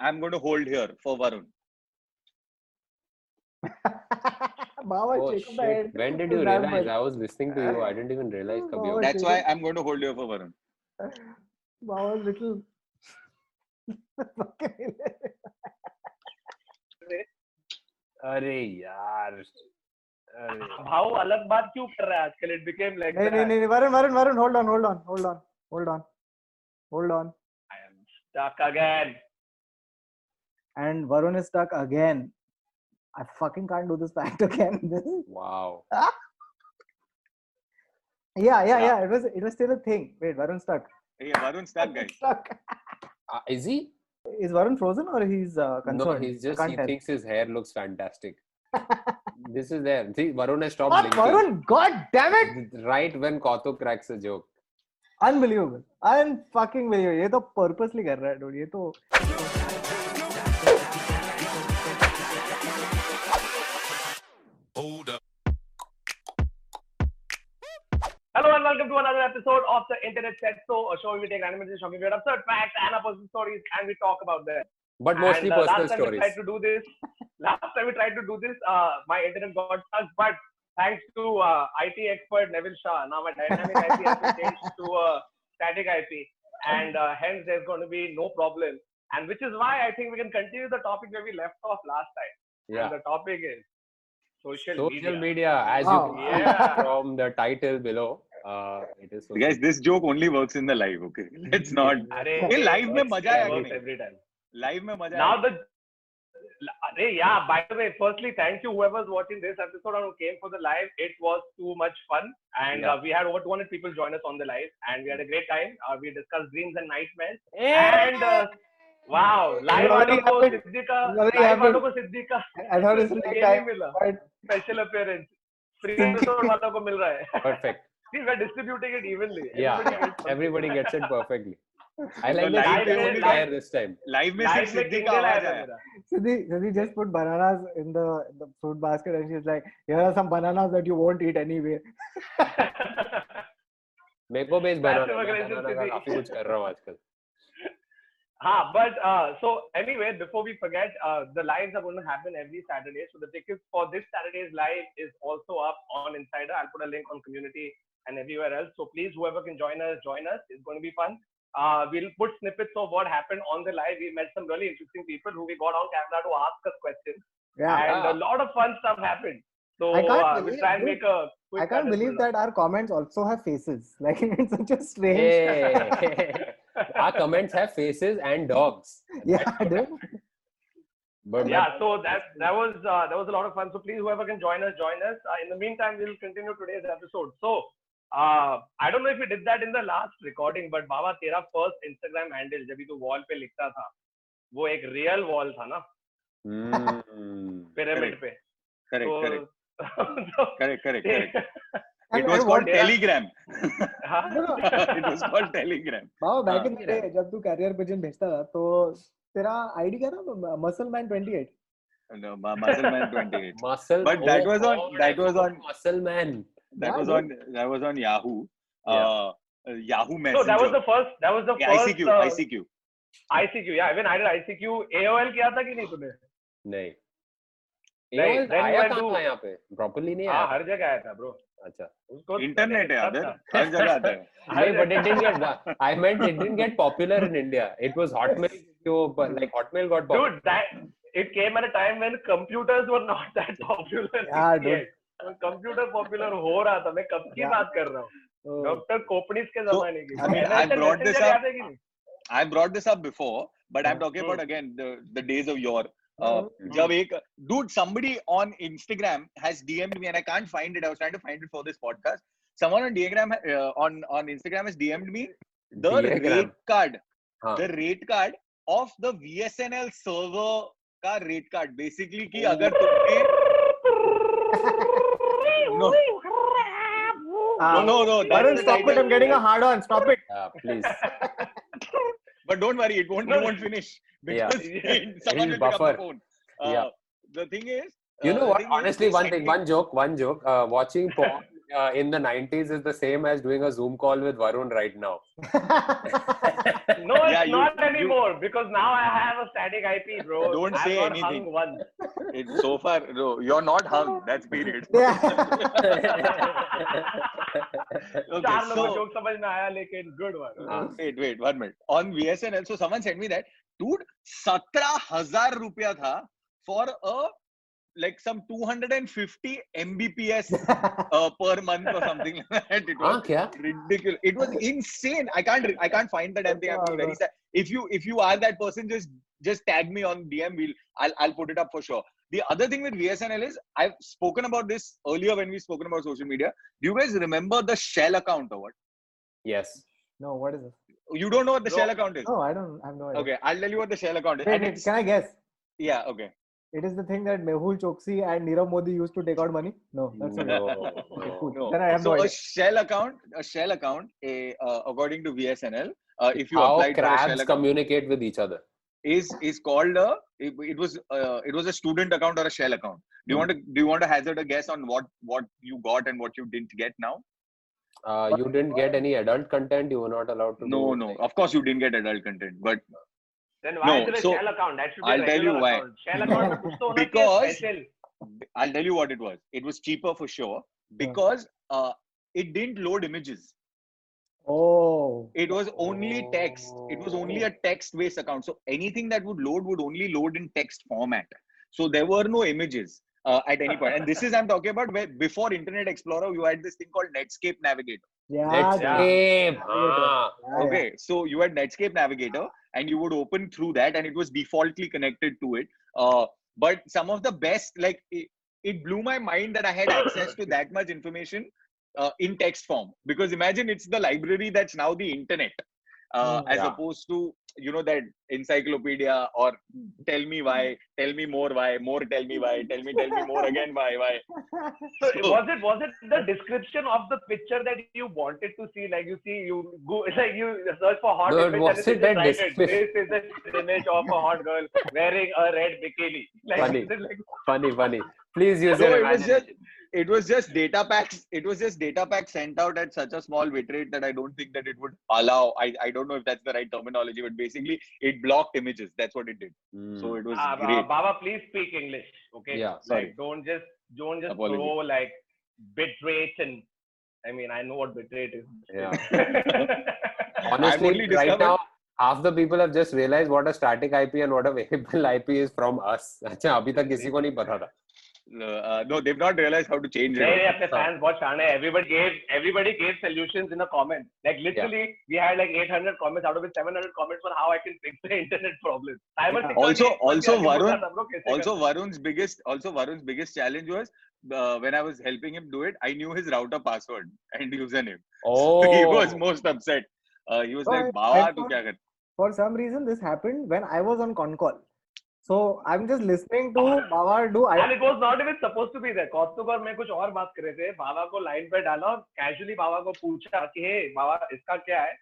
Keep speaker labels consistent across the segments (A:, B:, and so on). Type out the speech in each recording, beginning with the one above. A: I'm going to hold here for Varun.
B: Baba,
C: Oh,
B: shake of the head.
C: shit. When did you
B: Ramble.
C: realize? I was listening to you. I didn't even realize, Kabir.
B: Oh,
A: That's
B: shit.
A: why I'm going to hold here for Varun.
B: Baba's little.
D: अरे यार अरे
E: भाव अलग बात क्यों कर रहा है आजकल इट बिकेम लाइक
B: नहीं नहीं नहीं Varun Varun Varun hold on hold on hold on hold on hold on
E: stuck again
B: and Varun is stuck again. I fucking can't do this pact again.
C: Wow.
B: yeah, yeah,
A: Yeah.
B: yeah. It was it was still a thing. Wait, Varun stuck.
A: Hey, Varun's stuck, guys.
B: stuck.
C: Uh, is he?
B: Is Varun frozen or he's uh,
C: No,
B: concerned?
C: he's just,
B: I
C: he
B: can't tell.
C: thinks his hair looks fantastic. this is there. See, Varun has stopped
B: God,
C: blinking.
B: Varun, god damn it!
C: Right when Kautuk cracks a joke.
B: Unbelievable. Unfucking believable. ये तो purposely कर रहा है dude. ये तो
E: Hello and welcome to another episode of the Internet Set Show, a show where we take random and shocking, weird, absurd facts and our personal stories, and we talk about them.
C: But mostly
E: and, uh,
C: personal
E: last time
C: stories.
E: we tried to do this. Last time we tried to do this, uh, my internet got stuck. But thanks to uh, IT expert Neville Shah, now my dynamic IP has been changed to a static IP, and uh, hence there's going to be no problem. And which is why I think we can continue the topic where we left off last time.
C: Yeah.
E: And the topic is social, Oh.
C: Social media, as
B: Wow.
C: you can
E: Yeah.
C: see from the title below, uh, it is. social
A: Guys, this joke only works in the live, okay? Let's not.
E: अरे
A: ये live में मजा आया कि नहीं?
E: Every time
A: Live में मजा
E: Now
A: आएगा।
E: the अरे yeah. By the way, firstly, thank you whoever's watching this episode and who came for the live. It was too much fun, and
C: Yeah.
E: uh, we had over 200 people join us on the live, and we had a great time. Uh, we discussed dreams and nightmares, and uh, wow, live
B: Glory
E: वालों को
B: happened.
E: Siddhika,
B: Glory
E: live
B: happened.
E: वालों को Siddhika
B: I thought it's like
E: ये नहीं
B: time.
E: मिला
B: But
E: special appearance. Free episode वालों को मिल रहा है.
C: Perfect.
E: See, we're distributing it evenly.
C: Yeah.
E: Everybody gets something.
C: Everybody gets it perfectly. I like
A: live
C: that
A: में-
C: you hair this time.
A: Live में सिर्फ
E: तो Live में
A: सिद्धि का
E: tingle आया
A: आवाज
E: था
A: आया
E: मेरा.
B: Siddhi, Siddhi just put bananas in the, in the fruit basket and she's like, here are some bananas that you won't eat anyway.
C: मेरे को बेस बनाना
E: Passive
C: मैं
E: aggressive
C: बनाना का
E: सिद्धि।
C: काफी कुछ कर रहा हूँ आजकल
E: Ah, but uh, so anyway, before we forget, uh, the lives are going to happen every Saturday. So the tickets for this Saturday's live is also up on Insider. I'll put a link on community and everywhere else. So please, whoever can join us, join us. It's going to be fun. Uh, we'll put snippets of what happened on the live. We met some really interesting people who we got on camera to ask us questions,
B: Yeah.
E: and a
C: Ah.
E: lot of fun stuff happened. So
B: I can't
E: uh, we'll
B: believe
E: try and
B: this.
E: make a. Quick
B: I can't
E: cut as
B: believe
E: well.
B: that our comments also have faces. Like, it's such a strange.
C: Hey. our comments have faces and dogs
B: Yeah, dude.
C: but
E: yeah so that that was uh, that was a lot of fun so please whoever can join us join us uh, in the meantime we'll continue today's episode so uh, I don't know if you did that in the last recording but बाबा तेरा first Instagram handle जब भी तू wall पे लिखता था वो एक real wall था ना
C: Hmm.
E: pyramid पे
A: Correct, correct,
E: तो
A: correct, correct, correct.
B: I
A: It
B: mean,
A: was
B: I
A: called
B: want-
A: Telegram.
E: हाँ?
B: No, no,
A: It was called Telegram.
B: बाबा बैक
A: हाँ,
B: इन द डे जब तू कैरियर पिजन भेजता था तो तेरा आईडी क्या था muscle man 28
A: No, Ma- Muscle Man 28.
C: muscle
A: But that was on-
C: God,
A: that
C: I
A: was
C: forgot
A: on-
C: muscle man
A: That
B: Yeah,
A: was on that was on Yahoo. Uh, Yahoo
E: so that was
A: Messenger.
E: the first that was the
A: Yeah,
E: first
A: ICQ,
E: uh,
A: ICQ.
E: ICQ yeah even I did ICQ AOL किया था कि नहीं तूने
C: नहीं
E: नहीं,
C: AOL
E: then you
C: आया
E: had
C: कहाँ
E: to-
C: था यहाँ पे प्रॉपर्ली नहीं
E: हाँ
C: आया
E: हर जगह आया था bro
C: अच्छा
E: उसको
A: इंटरनेट है
E: सब
A: अदर
E: था।
A: हर जगह आता है
C: नहीं but it didn't get I meant it didn't get popular in India it was Hotmail जो but like Hotmail got popular
E: Dude, that it came at a time when computers were not that popular.
B: Yeah, dude.
E: yet. When computer popular हो रहा था मैं कब की
B: Yeah.
E: बात कर रहा हूँ डॉक्टर कोपनिस के जमाने की
A: I mean, I
E: NSL
A: brought this
E: Messenger
A: up-
E: याद है कि नहीं?
A: I brought this up before, but I'm talking about again the, the days of yore.
B: Oh,
A: Uh, जब
C: Hmm.
A: एक- dude, somebody on Instagram has DM'd me and I can't find it. I was trying to find it for this podcast. Someone on Diagram uh, on on Instagram has DM'd me the
C: Diagram.
A: rate card,
C: हाँ.
A: the rate card of the VSNL server का rate card. Basically, कि
C: Oh.
A: अगर तुमने no Ah, no no no, that's
B: Varun,
A: the
B: stop it.
A: title.
B: I'm getting a hard on. Stop it.
C: Yeah, please
A: But don't worry, it won't,
E: No,
A: it
E: no.
A: won't finish
C: Yeah.
A: because someone will
C: It'll
A: pick up the
C: buffer.
A: phone.
C: Yeah.
A: The thing is,
C: you
A: uh,
C: know
A: the
C: what
A: thing is,
C: honestly one thing
A: sending-
C: one joke one joke uh, watching porn uh, in the 90s is the same as doing a Zoom call with Varun right now.
A: Yeah,
E: No, it's
A: you-
E: not
A: you-
E: anymore because now I have a static IP, bro.
A: Don't
E: I've
A: say
E: not
A: anything.
E: hung once.
A: It, so far, no, you're not hung. That's period.
B: Yeah.
A: Okay,
E: चार लोगों को
A: so Ah.
E: joke समझ में आया लेकिन good one.
A: wait, wait, one minute. On VSNL, so someone sent me that, dude, 17,000 rupiah tha for a like some 250 Mbps uh, per month or something like that. It was
C: हाँ, क्या?
A: ridiculous. It was insane. I can't I can't find the damn thing. I'm very sad. If you if you are that person, just just tag me on DM. We'll I'll I'll put it up for sure. The other thing with VSNL is I've spoken about this earlier when we've spoken about social media. Do you guys remember the Shell account or what?
C: Yes.
B: no, what is this?
A: You don't know what the
E: No.
A: Shell account is.
B: No, I don't I have no idea.
A: Okay, I'll tell you what the Shell account is.
B: Wait,
A: And
B: wait,
A: it's-
B: can I guess?
A: yeah, okay.
B: It is the thing that Mehul Choksi and Nirav Modi used to take out money? No, that's not it. Okay, cool.
C: No.
A: No.
B: Then I have
A: so
B: no
A: a
B: idea.
A: Shell account, a Shell account, a, uh, according to VSNL, uh, if you
C: How
A: apply for a Shell
C: crabs
A: account,
C: communicate with each other.
A: is is called a it, it was uh, it was a student account or a shell account do
B: Hmm.
A: you want to do you want to hazard a guess on what what you got and what you didn't get now
C: Uh, you didn't get any adult content. You were not allowed to.
A: no
C: do,
A: no
C: like-
A: of course you didn't get adult content but
E: Then why
A: No,
E: is there a
A: so-
E: shell account? That should be a
A: I'll tell you
E: regular
A: why.
E: account. Shell account में कुछ तो होना चाहिए
A: Because-
E: special.
A: i'll tell you what it was it was cheaper for sure because uh, it didn't load images
B: Oh.
A: it was only text it was only a text based account so anything that would load would only load in text format so there were no images uh, at any point and this is i'm talking about where before internet explorer you had this thing called netscape navigator
B: Yeah.
C: Let's
B: yeah,
C: escape. हाँ.
B: yeah, yeah.
A: Okay, so you had Netscape Navigator, and you would open through that, and it was defaultly connected to it. Uh, but some of the best, like it, it blew my mind that I had access to that much information uh, in text form. Because imagine it's the library that's now the internet, uh,
B: Mm.
A: as
C: Yeah.
A: opposed to you know that encyclopedia or tell me why, tell me more why, more tell me why, tell me tell me more again why why.
E: So was it was it the description of the picture that you wanted to see? Like you see you go like you search for hot
C: No, it
E: image and
C: wasn't
E: it's
C: that
E: just written,
C: description.
E: This is an image of a hot girl wearing a red bikini. Like,
C: Funny.
E: it's like
C: Funny, funny. Please use
A: No,
C: your
A: it was just
C: imagination.
A: it was just data packs. It was just data packs sent out at such a small bit rate that I don't think that it would allow. I, I don't know if that's the right terminology, but basically it blocked images. That's what it did.
C: Mm.
A: So it was
E: Ah, Ba-
A: great.
E: Baba, please speak English. Okay.
C: Yeah,
A: sorry.
E: Like, don't just don't just
A: Apologies.
E: throw like bit rates and I mean I know what bit rate is.
C: Hmm, Yeah.
A: I've only
C: Honestly, right
A: discovered-
C: now, half the people have just realized what a static IP and what a variable IP is from us. अच्छा अभी तक किसी को नहीं पता था.
A: Uh, no, they've not realized how to change
E: नहीं नहीं
A: it.
E: अपने fans बहुत शान है everybody gave everybody gave solutions in a comment like literally we had like 800 comments out of it 700 comments on how I can fix the internet problem cyber security
A: Also-
E: expert
A: also
E: यार, ये
A: Varun-
E: बता हम लोग कैसे
A: Also, Varun's biggest also Varun's biggest challenge was uh, when I was helping him do it. I knew his router password and username.
C: Oh.
A: he was most upset. Uh, he was
B: Oh,
A: like,
B: I-
A: "Bawa,
B: I
A: tu
B: thought-
A: kya kar-"
B: For some reason, this happened when I was on con call. So I'm just listening to Baba do.
E: And
B: I,
E: it was not even supposed to be there. कौस्तुभ और मैं कुछ और बात कर रहे थे बाबा को line पे डाला और कैजुअली बाबा को पूछा कि हे बाबा इसका क्या है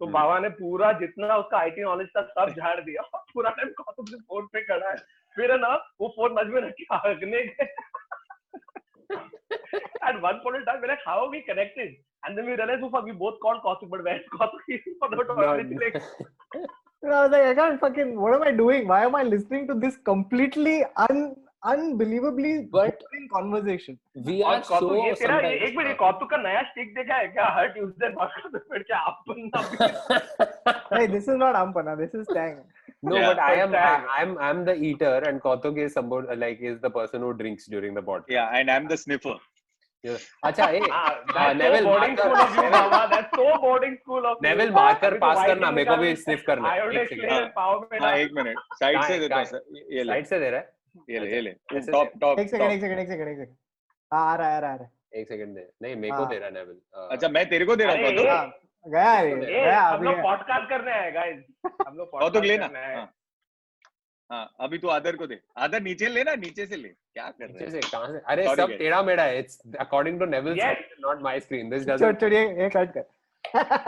E: तो
C: हम्म।
E: बाबा ने पूरा जितना उसका आईटी नॉलेज था सब झाड़ दिया और पूरा टाइम कौस्तुभ सिर्फ फोन पे खड़ा है फिर है ना वो फोन मज में रख के हगने गए At one point in time, we're like, how are we connected? And then we realized, oh fuck, we both called Kaustubh, but where's Kaustubh? For the toilet, like,
B: I was like, I can't fucking. What am I doing? Why am I listening to this completely un, unbelievably
C: But-
B: boring conversation?
C: We
E: और
C: are so.
E: कौतुक तो ये तेरा ये
C: sometimes-
E: एक minute ये कौतुक का नया स्टिक देखा है क्या हर ट्यूसडे मास्टर तो फिर क्या अपन
B: Hey, this is not Ampana. This is Tang.
C: No,
A: Yeah.
C: but I am I,
E: Exactly.
C: I'm I'm the eater and Kautuk is somebody like is the person who drinks during the podcast.
A: Yeah, and I'm the sniffer.
C: अच्छा hey,
A: Uh,
E: Ah, that's
C: Neville,
E: so boarding
C: marker,
E: school of you,
C: Neville.
E: Baba. That's so boarding school of you.
C: Neville marker
E: अभी तो
C: pass
E: white
C: करना मेरे को
E: निकाल
C: भी
E: दिया।
C: sniff करना है. एक
E: Iodine
C: second.
E: clear power में
A: हाँ
E: डाल।
A: एक मिनट साइड से
C: कहाँ-
A: देता हूँ
C: कहाँ-
A: सर ये ले
C: Side से दे रहा है.
A: ये ले ये ले
C: ऐसे
A: टॉप टॉप
B: एक सेकंड एक सेकंड एक सेकंड एक सेकंड हाँ आ रहा है आ रहा है, आ रहा
C: एक सेकंड दे नहीं मेरे को
B: हाँ।
C: दे रहा है Neville. Uh,
A: अच्छा मैं तेरे को दे रहा
E: अरे,
A: हूँ
E: ये-
A: कौतुक
B: हाँ, है गया रे
E: ए,
B: गया
E: हम
B: अभी
E: लोग
B: गया।
E: podcast करने आए, guys. हम लोग
A: कौतुक
E: podcast
A: लेना
E: करने आए।
A: हाँ हाँ, अभी तू आदर को दे आदर नीचे लेना नीचे से ले क्या कर रहे
C: नीचे
A: हैं
C: से कहाँ से अरे
A: Sorry,
C: सब
A: guys.
C: टेढ़ा मेढ़ा है it's according to Naval
E: Yes.
C: Not my screen this
B: छोड़
C: डजंट
B: छोड़ ये ये कट कर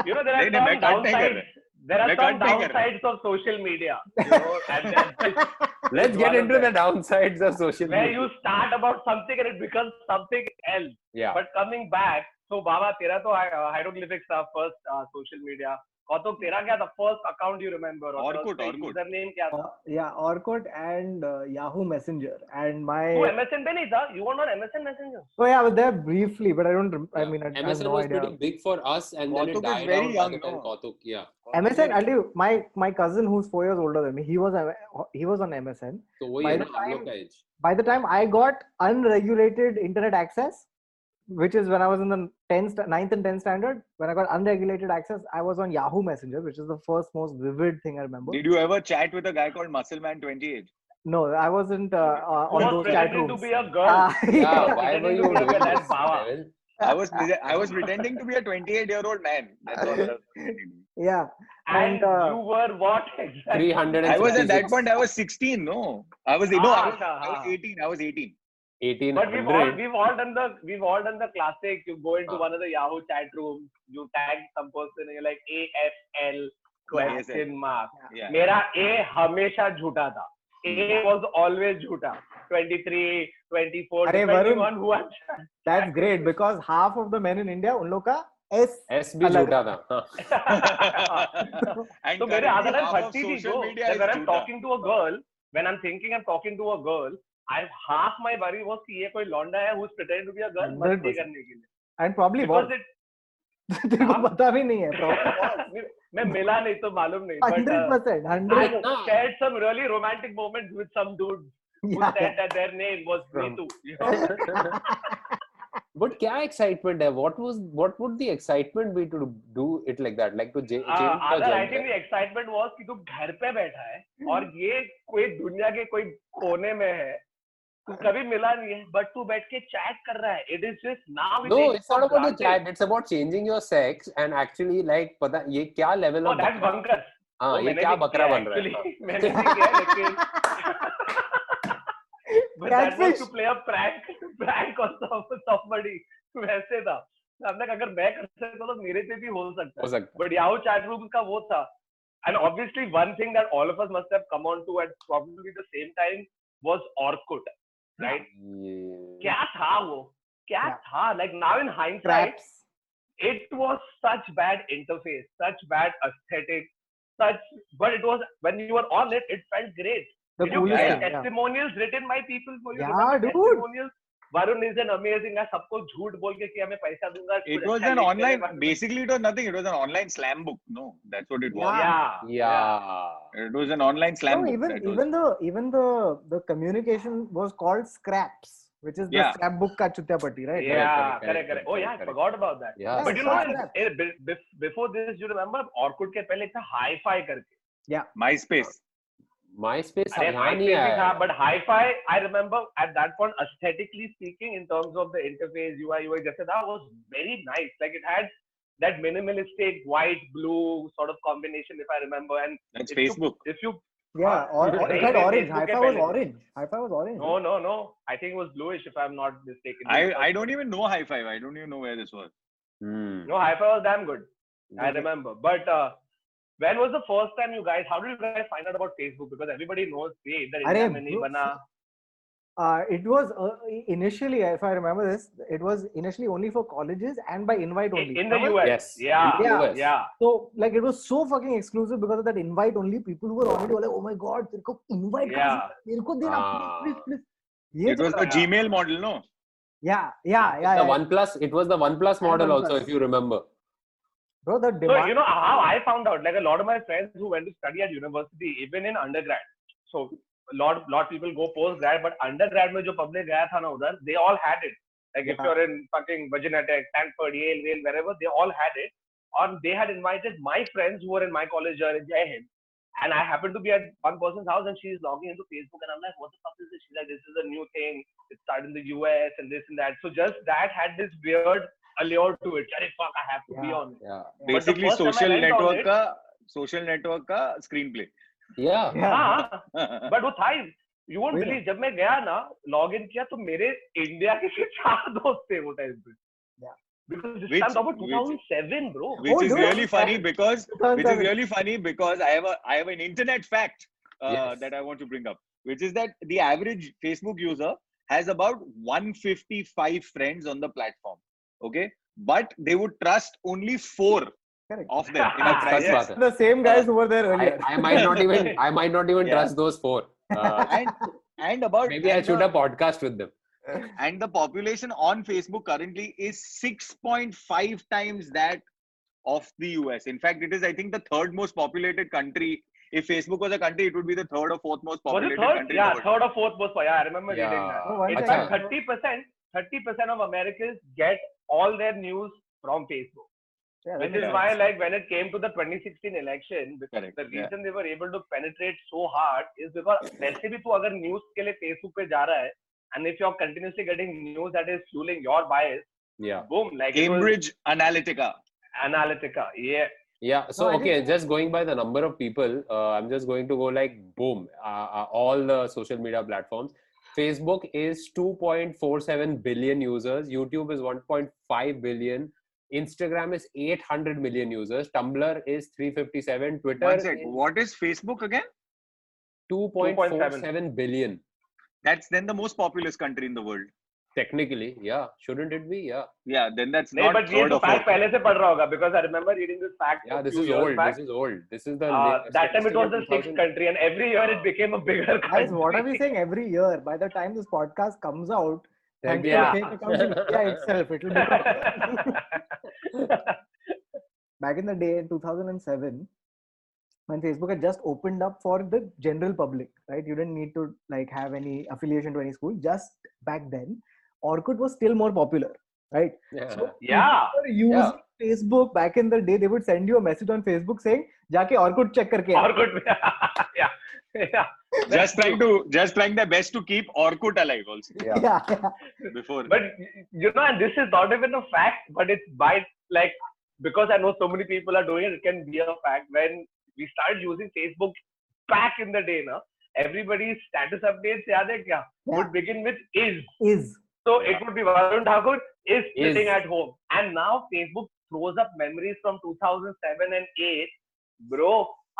E: You know, there are
A: नहीं, नहीं, मैं
E: some
A: cut नहीं कर
E: downsides- there are
A: मैं
E: some
A: cut नहीं कर रहा।
E: downsides of social media, you know, and- and-
C: Let's get into the downsides of social
E: where
C: media.
E: you start about something and it becomes something else.
C: Yeah.
E: But coming back, so Baba, tera to hy- uh, hieroglyphics are first uh, social media. तो Kautuk, tera kya the first account you remember? Or
A: Orkut,
E: first
A: Orkut.
E: Username kya tha?
B: Uh, yeah, Orkut and uh, Yahoo Messenger. And my
E: Oh, MSN pe nahi tha? You were not MSN Messenger?
B: oh yeah, I was there briefly, but I don't. Rem- I
F: Yeah.
B: mean, I, I have
F: MSN
B: no
F: was
B: idea.
F: pretty big for us, and then it
A: Kautuk is
F: died
A: very
F: out by the
A: young,
F: time
A: no?
F: Kautuk. Yeah.
B: MSN. I'll tell you, my my cousin who's four years older than me, he was he was on MSN.
F: तो वही
B: By
F: है
B: the
F: ना हम
B: time-
F: लोग का age
B: By the time I got unregulated internet access, which is when I was in the 10th, 9th and 10th standard, when I got unregulated access, I was on Yahoo Messenger, which is the first most vivid thing I remember.
A: Did you ever chat with a guy called Muscleman 28?
B: No, I wasn't uh, uh,
E: You
B: on
E: were
B: those chat
E: pretending to
B: rooms.
E: be a girl.
B: Ah,
C: Yeah,
B: yeah.
C: why were you
E: Pretending to
C: doing
E: be
C: this?
E: a lad power.
C: Devin?
A: I was pre- I was pretending to be a 28 year old man. That's all. I was pretending.
B: yeah.
E: And
B: And, uh,
E: you were what exactly?
C: 300
A: I was at that point. I was 16. No, I was no. I was,
E: Ah,
A: I was
E: ah.
A: 18. I was 18.
E: But we've all
C: 1800.
E: we've all done the we've all done the classic. You go into
F: Ah.
E: one of the Yahoo chat rooms, you tag some person, and you're like AFL question mark.
A: Yeah.
E: मेरा ए हमेशा झूठा था ए was always झूठा 23 24
B: अरे
E: depending
B: Varun.
E: On who
B: That's great because half of the men in India, उन लोग का S
C: S भी
B: अलग-
C: झूठा था हाँ।
A: and
E: तो मेरे
A: currently
E: आदत है
A: half of
E: फटती थी
A: social media
E: अगर
A: is
E: I am
A: Juda.
E: Talking to a girl when I am thinking I am talking to a girl I half my worry was कि ये कोई लौंडा है who is pretending to be a girl मस्ती
B: 100%
E: करने के लिए
B: and probably was
E: बिकॉज़
B: तेरे को
E: हाँ।
B: पता भी नहीं है probably.
E: इट मैं मिला नहीं तो मालूम नहीं
B: hundred
E: but
B: percent,
E: I
B: hundred.
F: Ah.
E: shared some really romantic moments with some dude who
B: Yeah.
E: said that their name was Ritu. You know?
C: But क्या excitement है? What was what would the excitement be to do it like that? Like to change
E: हाँ,
C: the
E: अगर I
C: gender?
E: Think excitement was कि तू घर पे बैठा है
C: हम्म।
E: और ये कोई दुनिया के कोई कोने में है तू
C: हाँ।
E: कभी मिला नहीं है बट तू बैठ के चैट कर रहा है it is just now
C: No, it's not about the तो chat. It's about changing your sex and actually like पता ये क्या level
E: Oh,
C: of Ah,
E: that's
C: बकरा-
E: bunkers.
C: हाँ
E: वो
C: ये
E: मैंने
C: क्या
E: भी
C: बकरा
E: किया
C: बन रहा है हाँ।
E: actually. मैंने भी किया लेकिन But that was
B: Catfish.
E: to play a prank, prank on some- somebody. वैसे था हमने कहा, अगर मैं कर सकता हूँ, तो मेरे पे भी हो सकता
C: हो
E: है
C: सकता
E: बट याहू चैट रूम का वो था and obviously one thing that all of us must have come on to at probably the same time was Orkut right
C: है ये-
E: क्या था वो क्या
B: Yeah.
E: था like now in hindsight
B: Traps.
E: it was such bad interface, such bad aesthetic, such. But it was when you were on it, it felt great.
B: The
E: Did you
B: coolest
E: get
B: thing. Yeah.
E: testimonials written by people for you?
B: Yeah,
E: Remember
B: dude.
E: Testimonials. Varun is an amazing guy. सबको झूठ बोल के कि मैं पैसा दूंगा.
A: It
E: कुछ
A: was
E: अच्छा
A: an
E: लिख के
A: online.
E: देगा.
A: Basically, it was nothing. It was an online slam book. No, that's what it was.
E: Yeah.
C: Yeah.
A: It was an online slam
B: No,
A: book.
B: even
A: that was-
B: even the even the the communication was called scraps, which is the
A: Yeah.
B: scrapbook ka chutyapatti, right?
E: Yeah,
C: correct, correct,
E: correct, correct. Oh yeah, I
C: correct.
E: forgot about that.
C: Yeah.
E: But you know,
B: Saw
E: what? Eh, be- be- before this, you remember Orkut के पहले एक था Hi-Fi करके.
A: MySafe.
C: MySpace
E: अरे
C: यहाँ नहीं
E: MySpace भी
C: आया
E: था,
C: है।
E: but Hi-Fi, I remember at that point, aesthetically speaking, in terms of the interface, UI, UI, जैसे था, was very nice. Like it had that minimalistic white blue sort of combination, if I remember. And
A: That's
E: if you-
A: Facebook.
E: if you
B: Yeah, or, or it had
E: Facebook-
B: orange.
E: Facebook
B: Hi-Fi
E: ke
B: was
E: pehle.
B: orange. Hi-Fi was orange.
E: no no no, I think it was bluish if I'm not mistaken.
A: I I don't even know high five. I don't even know where this was.
C: Hmm.
E: No, Hi-Fi was damn good. I remember. But uh, when was the first time you guys? How did you guys find out about Facebook? Because everybody knows hey, that
B: अरे
E: India में नहीं
B: bro,
E: बना.
B: Uh, it was uh, initially, if I remember this, it was initially only for colleges and by invite only.
E: In in the
B: Remember?
E: US.
C: Yes.
E: Yeah.
B: Yeah.
C: US.
E: Yeah.
B: So like it was so fucking exclusive because of that invite only. People who were already were like, oh my god, तेरे को invite कहाँ
E: Yeah. हाँ.
B: से- तेरे को देना
C: Ah.
B: please please please. ये
A: It
B: तो-
A: was the
E: Yeah.
A: Gmail model, no?
B: yeah yeah yeah,
C: The
B: yeah.
C: OnePlus, it was the OnePlus model also,
B: OnePlus.
C: if you remember.
B: bro the
E: So
B: demand
E: you know how I found out, like a lot of my friends who went to study at university, even in undergrad. So a lot lot people go post grad, but undergrad में जो public गया था ना उधर, they all had it. Like if
B: Yeah.
E: you're in fucking Virginia Tech, Stanford, Yale, Yale, wherever, they all had it. And they had invited my friends who were in my college here in Jai Hind. And I happened to be at one person's house and she's logging into Facebook and I'm like, what the fuck is this? She's like, this is a new thing. It started in the US and this and that. So just that had this weird allure to it. Arey, fuck, I have to be
B: Yeah.
E: on it.
C: Yeah.
E: But the
A: Basically,
E: first time I
A: social
E: went on
A: network
E: it-
A: का social network का screenplay.
C: Yeah.
B: yeah
E: हाँ but वो था you won't
B: वही ना।
E: Believe जब मैं गया ना लॉग इन किया तो मेरे इंडिया के सिर्फ चार दोस्त थे वो टाइम पे
B: Yeah.
E: Because this
A: Which-
E: time तो about
A: which-
E: 2007, bro.
A: Which
B: Oh,
A: is
B: dude.
A: really funny because which is
B: Turns out-
A: really funny because I have a I have an internet fact uh,
C: Yes.
A: that I want to bring up, which is that the average Facebook user has about 155 friends on the platform. Okay, but they would trust only four
B: Correct.
A: of them in a
C: That's
A: crisis.
C: baat hai.
B: The same guys who were there
C: I,
B: earlier.
C: I might not even I might not even
A: Yeah.
C: trust those four. Uh,
A: and and about
C: maybe I
A: and
C: should
A: the-
C: have podcast with them.
A: and the population on Facebook currently is 6.5 times that of the US. In fact, it is, I think, the third most populated country. If Facebook was a country, it would be the third or fourth most
E: Was it
A: populated
E: third?
A: country. in
E: Yeah,
A: the world.
E: third or fourth most. Yeah, I remember reading that.
B: Oh, one
E: In
C: Achha.
B: second.
E: fact, thirty percent, thirty percent of Americans get all their news from Facebook,
B: Yeah,
E: which
B: that's
E: is
B: right.
E: why, like, when it came to the 2016 election, because
A: Correct.
E: the
A: yeah.
E: reason they were able to penetrate so hard is because वैसे भी तू अगर news के लिए Facebook पे जा रहा है, and if you're continuously getting news that is fueling your bias,
C: Yeah.
E: boom, like it was
A: Cambridge Analytica.
E: Analytica, yeah.
C: Yeah. So
B: No, I
C: okay, just going by the number of people, uh, I'm just going to go like boom, uh, uh, all the social media platforms. Facebook is 2.47 billion users. YouTube is 1.5 billion. Instagram is 800 million users. Tumblr is 357. Twitter
A: One sec.
C: is
A: What is Facebook again?
C: 2.47 billion.
A: That's then the most populous country in the world.
C: Technically, yeah. Shouldn't it be? Yeah.
A: Yeah, then that's
E: नहीं
A: not
E: but ये
A: third
E: तो
A: or
E: fact
A: fourth.
E: पहले से पढ़ रहा होगा because I remember reading this fact
C: Yeah.
E: a
C: This
E: few
C: is
E: years
C: old.
E: back.
C: This is old. This is the
E: Uh,
C: latest
E: that time it
C: statistic
E: was
C: of
E: the sixth
C: 2000.
E: country, and every year it became a bigger country.
B: Guys, what are we saying every year? By the time this podcast comes out,
C: There'll
B: thanks
C: be
B: to
C: a-
B: the fake accounts in India itself, it'll be back in the day in 2007 when Facebook had just opened up for the general public, right? You didn't need to like have any affiliation to any school. Just back then, Orkut was still more popular, right?
C: Yeah.
B: So
E: yeah,
B: people were using
C: Yeah.
B: Facebook back in the day, they would send you a message on Facebook saying, "जाके Orkut check करके आओ."
E: और कुछ भी- yeah, yeah.
A: Just trying to just trying their best to keep Orkut alive also
C: Yeah.
B: Yeah, yeah.
A: before.
E: But you know, and this is not even a fact, but it's by like because I know so many people are doing it. It can be a fact when we started using Facebook back in the day. Now everybody's status updates, yaad hai kya? Would begin with is.
B: Is
E: So it would be Varun Thakur is
C: Is.
E: sitting at home. And now Facebook throws up memories from 2007 and 8. Bro,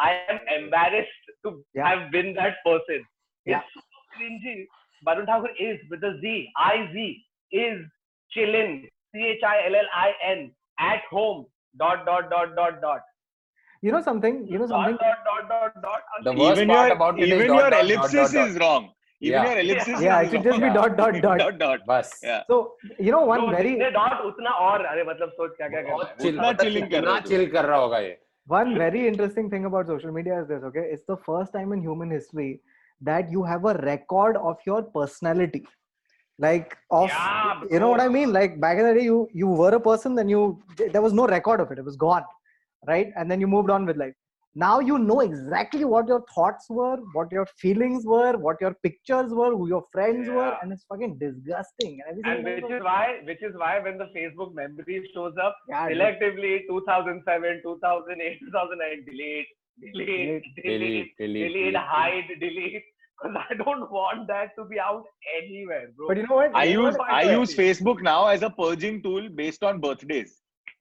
E: I am embarrassed to
B: Yeah.
E: have been that person.
B: Yeah.
E: It's so cringy. Varun Thakur is with a Z, I Z, is chillin, C H I L L I N, at home, dot, dot, dot, dot, dot.
B: you know something? You know
E: Dot,
B: something?
E: dot, dot, dot, dot.
C: The worst
A: even
C: part
A: your,
C: about it is
A: even
C: dot,
A: your
C: dot, dot,
A: ellipsis
C: dot.
A: is wrong. Even
C: Yeah.
A: your ellipsis
B: Yeah,
A: is
B: it should just be
A: wrong.
B: dot dot dot.
A: dot dot.
C: बस
A: Yeah.
B: So you know one
E: No,
B: very
E: जितने dot, उतना और. अरे मतलब सोच क्या क्या
C: और
E: करना है.
C: chill-
A: उतना chilling कर रहा
C: इतना
A: है तू।
C: chill कर रहा होगा ये
B: one very interesting thing about social media is this okay it's the first time in human history that you have a record of your personality like of
E: Yeah,
B: you know what
E: bro.
B: i mean like back in the day you you were a person then you there was no record of it it was gone right and then you moved on with life now you know exactly what your thoughts were what your feelings were what your pictures were who your friends were
E: Yeah.
B: and it's fucking disgusting and, every
E: And
B: single
E: which
B: time-
E: is why, which is why when the Facebook memory shows up,
B: Yeah, dude.
E: selectively 2007, 2008, 2009, delete, delete, delete, delete,
C: delete, delete, delete.
E: hide, delete. Because I don't want that to be out anywhere, bro.
B: but you know what
A: I
B: You know
A: use
B: what?
A: I use Facebook now as a purging tool based on birthdays.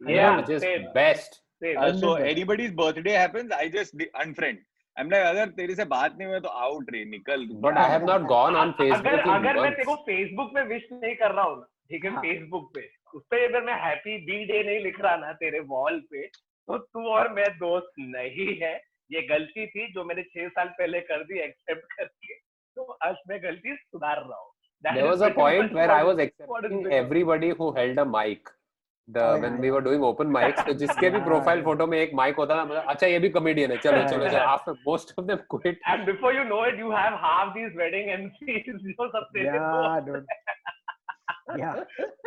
E: yeah,
C: which is
E: same,
C: best
E: same.
A: Uh, so anybody's birthday happens, I just de- unfriend. I'm like, अगर तेरे से बात नहीं हुई तो out रे निकल
C: but i have not gone on facebook
E: अगर
C: in
E: अगर मैं तेरे को
C: months.
E: फेसबुक पे विश नहीं कर रहा हूँ ना ठीक है
B: हाँ।
E: फेसबुक पे उस पे अगर मैं हैप्पी बी डे नहीं लिख रहा ना तेरे वॉल पे तो तू और मैं दोस्त नहीं है ये गलती थी जो मैंने छह साल पहले कर दी एक्सेप्ट करके तो आज मैं गलती सुधार रहा हूँ That
C: there
E: is
C: was a
E: pretty
C: point
E: much
C: where
E: what-
C: i was
E: what is
C: accepting
E: because-
C: everybody who held a mic the
B: Oh, yeah,
C: when we
B: yeah.
C: were doing open mics तो जिसके भी
B: Yeah,
C: profile
B: yeah.
C: Photo में एक mic होता था मतलब अच्छा ये भी कॉमेडियन है चलो
B: Yeah,
C: चलो
E: yeah.
C: After most of them quit
E: And before you know it, you have half these wedding MCs, जो सबसे
B: yeah dude yeah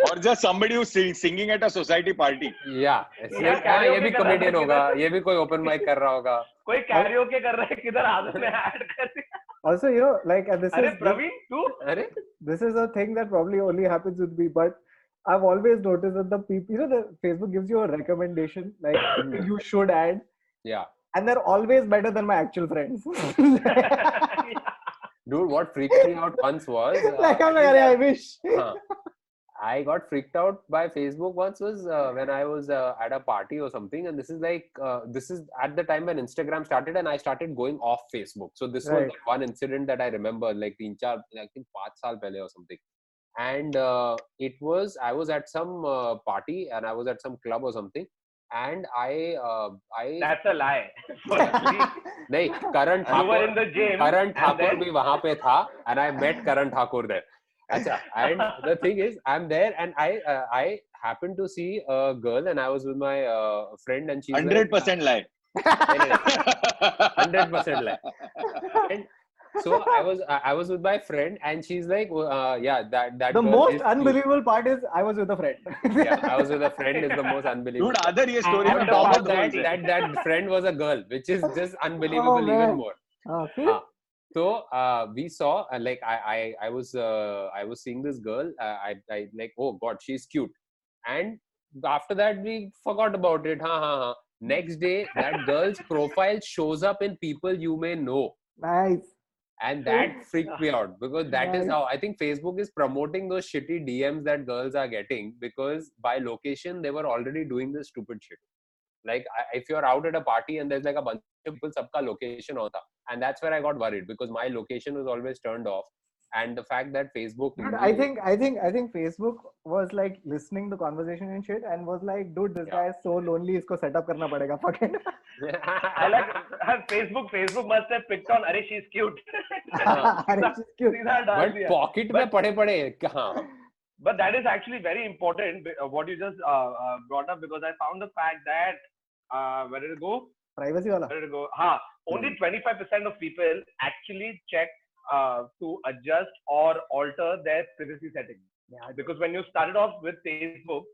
A: or just somebody who's sing- singing at a society party.
C: या
E: Yeah, karaoke
C: ये भी
E: कर रहा था
C: comedian
E: किधर
C: होगा
E: से।
C: ये भी कोई ओपन माइक कर रहा होगा
E: कोई कैरियो के कर रहा है किधर आदत में ऐड कर दिया
B: also you know like uh, this
E: अरे
B: is this,
E: प्रवीण तू
C: अरे
B: this is a thing that probably only happens with me but i've always noticed that the people you know the facebook gives you a recommendation like you should add
C: Yeah.
B: and they're always better than my actual friends
C: dude what freaked me out once was uh,
B: like i'm like "Arey, i wish
C: हाँ. I got freaked out by Facebook once was uh,
E: Hmm.
C: when I was uh, at a party or something, and this is like uh, this is at the time when Instagram started, and I started going off Facebook. So this was
B: Right.
C: that one incident that I remember, like teen char, I think five saal pehle or something, and uh, it was I was at some uh, party and I was at some club or something, and I uh, I
E: That's a lie.
C: नहीं करण
E: you were
C: Thakur
E: in the gym.
C: Karan
E: and
C: Thakur
E: then-
C: भी वहां पे था and I met Karan Thakur there. अच्छा and the thing is I'm there and I uh, I happened to see a girl and I was with my uh, friend and she's
A: Hundred percent lie.
C: hundred percent like and so I was uh, I I was with my friend and she's like uh, yeah that that
B: The
C: girl
B: most
C: is cute.
B: unbelievable part is I was with a friend.
C: yeah I was with a friend is the most unbelievable
A: Dude, other ye story
C: and
A: mein
C: on
A: top
E: top
C: top
A: of
C: of
A: the
C: that,
A: world hai.
C: that that friend was a girl which is just unbelievable even
B: man.
C: more
B: Uh, see?
C: Ah. so uh, we saw uh, like I, I i was uh, i was seeing this girl uh, i i like oh god she's cute and after that we forgot about it ha ha ha next day that girl's profile shows up in people you may know
B: Nice.
C: and that freaked me out because that is
B: Nice.
C: how i think facebook is promoting those shitty dms that girls are getting because by location they were already doing this stupid shit like I- if you're out at a party and there's like a bunch of people sabka location on and that's where i got worried because my location was always turned off and the fact that facebook
B: Dude, I
C: knew-
B: think I think I think Facebook was like listening to conversation and shit and was like, dude, this
C: Yeah.
B: guy is so lonely, isko set up karna padega fucking.
E: I like Facebook. Facebook must have picked on. Are she's cute.
B: Arey, she's cute.
E: Seedha डाल
C: but
E: दिया.
C: pocket में पड़े पड़े कहाँ
E: But that is actually very important. uh, What you just uh, uh, brought up because I found the fact that uh, where did it go?
B: Privacy wala.
E: Where did it go? Ha! Only 25% of people actually check uh, to adjust or alter their privacy settings. Because when you started off with Facebook,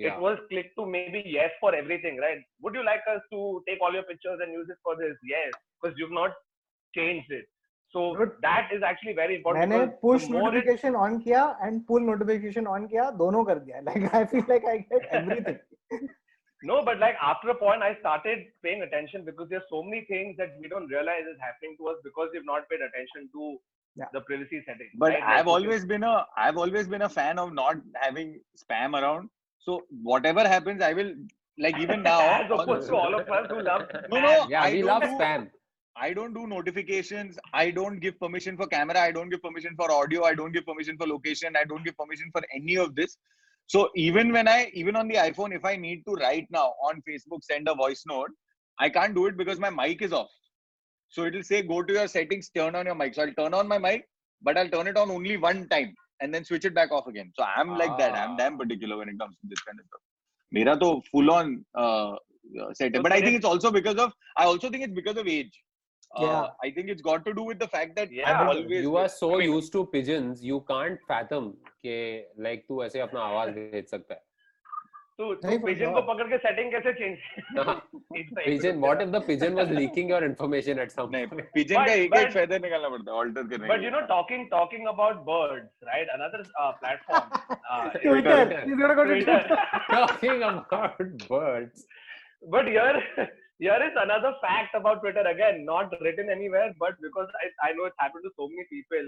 E: it
C: yeah
E: was click to maybe yes for everything, right? Would you like us to take all your pictures and use it for this? Yes, because you've not changed it. So
B: Dude,
E: that is actually very important.
B: मैंने
E: because the
B: push
E: more it-
B: notification on किया and pull notification on किया दोनों कर दिया like I feel like I get everything
E: No, but like after a point, I started paying attention because there's so many things that we don't realize is happening to us because we've not paid attention to
B: Yeah.
E: the privacy setting.
A: But
E: right?
A: I've
E: Like,
A: always been a I've always been a fan of not having spam around. So whatever happens, I will like even now.
E: as
A: on-
E: opposed to all of us who love.
A: no, no,
C: yeah
A: I
C: we
A: don't
C: love
A: do-
C: spam
A: I don't do notifications. I don't give permission for camera. I don't give permission for audio. I don't give permission for location. I don't give permission for any of this. So even when I, even on the iPhone, if I need to right now on Facebook send a voice note, I can't do it because my mic is off. So it'll say go to your settings, turn on your mic. So I'll turn on my mic, but I'll turn it on only one time and then switch it back off again. So I'm like that. I'm
C: Ah.
A: damn particular when it comes to this kind of stuff. Mera to full on uh, uh, set it. But I think it's also because of I also think it's because of age. Uh,
B: Yeah.
A: I think it's got to do with the fact that
E: Yeah.
A: I've
E: I
A: always
C: you are so
A: I mean,
C: used to pigeons you can't fathom के like तू ऐसे अपना आवाज भेज सकता है
E: तो
B: नहीं, but
E: पिजन को
B: yeah.
E: पकड़ के सेटिंग कैसे change
C: pigeon what if the pigeon was leaking your information at some
A: नहीं
C: point
A: पिजन का एक
E: But-
A: एक
E: but-
A: feather निकालना पड़ता है ऑल्टर करने
E: But you know, talking talking about birds, right? Another uh, platform. Uh, is
B: Twitter
C: Twitter.
B: he's gonna go to
E: Twitter.
B: Twitter
C: talking about birds
E: but here, here is another fact about Twitter again, not written anywhere, but because I, I know it's happened to so many people,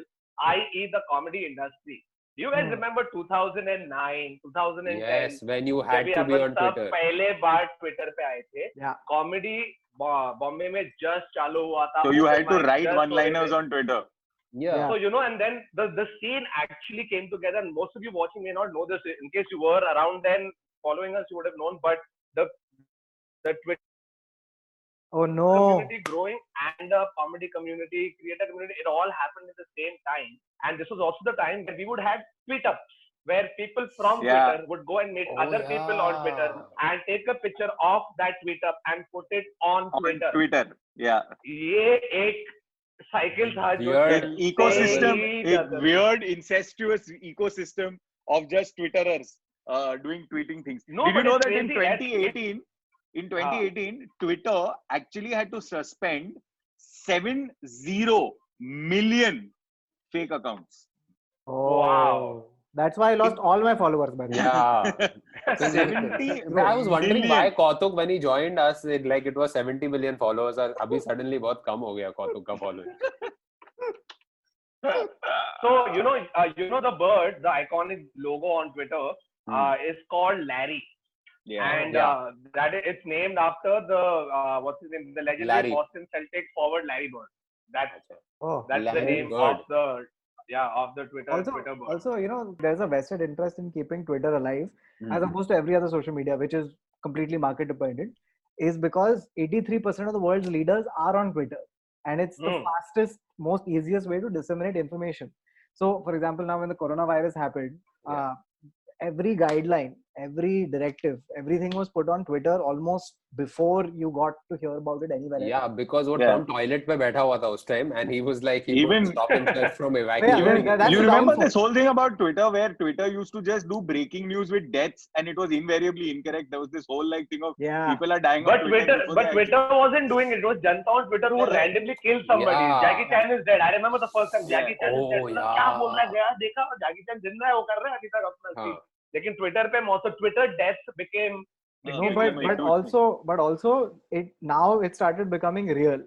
E: i.e., the comedy industry. Do you guys
B: Hmm.
E: remember 2009, 2010?
C: yes when you
E: जब
C: had
E: ये
C: to be
E: अपन
C: on
E: सब
C: Twitter
E: पहले बार Twitter पे आए थे
B: Yeah.
E: Comedy Bombay में जस्ट चालू हुआ था
A: so you
E: open
A: had to
E: mic
A: write
E: just
A: one liners
E: हो रहे
A: on Twitter.
C: yeah
E: थे. So you know, and then the the scene actually came together, and most of you watching may not know this. In case you were around then following us, you would have known. But the the Twitter
B: oh no
E: community growing and the comedy community, creator community, it all happened at the same time. And this was also the time where we would have tweet ups where people from
A: Yeah.
E: Twitter would go and meet
C: Oh,
E: other people on Twitter
C: yeah.
E: and take a picture of that tweet up and put it on,
A: On
E: Twitter.
A: Twitter. Yeah.
E: ये एक cycle था जो
C: Weird.
A: An ecosystem,
E: Hey,
A: a
E: brother.
A: weird incestuous ecosystem of just Twitterers uh, doing tweeting things.
E: No,
A: Did you
E: but
A: know
E: it's
A: that in
E: crazy. Ah.
A: 2018,
E: That's-
A: in 2018, Twitter actually had to suspend 70 million fake accounts.
B: oh
E: Wow.
B: that's why I lost all my followers by the way
C: yeah
A: 70
C: I was wondering
A: million.
C: why Kautuk when he joined us it, like it was 70 million followers और अभी suddenly बहुत कम हो गया Kautuk का following
E: So you know, uh, you know the bird, the iconic logo on Twitter uh, is called Larry,
A: Yeah.
E: and
C: Hmm. yeah.
E: uh, that is, it's named after the uh, what's his name, the legendary
C: Larry.
E: Boston Celtics forward Larry Bird. That's
B: Oh.
E: that's the
C: Larry
E: name
C: Bird.
E: of the yeah of the Twitter
B: Also,
E: Twitter bird.
B: also, you know, there's a vested interest in keeping Twitter alive as
C: Mm.
B: opposed to every other social media, which is completely market dependent, is because 83% of the world's leaders are on Twitter. And it's the
E: Hmm.
B: fastest, most easiest way to disseminate information. So, for example, now when the coronavirus happened, uh, every guideline, every directive, everything was put on Twitter almost before you got to hear about it anywhere. else.
C: Yeah, because वो
A: Yeah.
C: Tom toilet पे बैठा हुआ था उस time and he was like he
A: Even-
C: couldn't stop himself from evacuating.
B: Even- that- that's
A: you
B: the
A: remember
B: downfall.
A: this whole thing about Twitter where Twitter used to just do breaking news with deaths and it was invariably incorrect. There was this whole like thing of
B: Yeah.
A: people are dying. on
E: But Twitter,
A: before
E: but
A: they
E: Twitter wasn't doing it. It was Janta on Twitter who
A: Correct.
E: randomly killed somebody.
C: Yeah.
E: Jackie Chan is dead. I remember the first time
A: Yeah.
E: Jackie Chan is
C: Oh,
E: dead. मतलब क्या
C: yeah.
E: बोल रहा है गया देखा और Jackie Chan जिंदा है वो कर रहा है अभी तक अपना
C: हाँ.
E: scene. लेकिन Twitter पे also Twitter deaths became
A: actually-
B: No, but but also but also it now it started becoming real.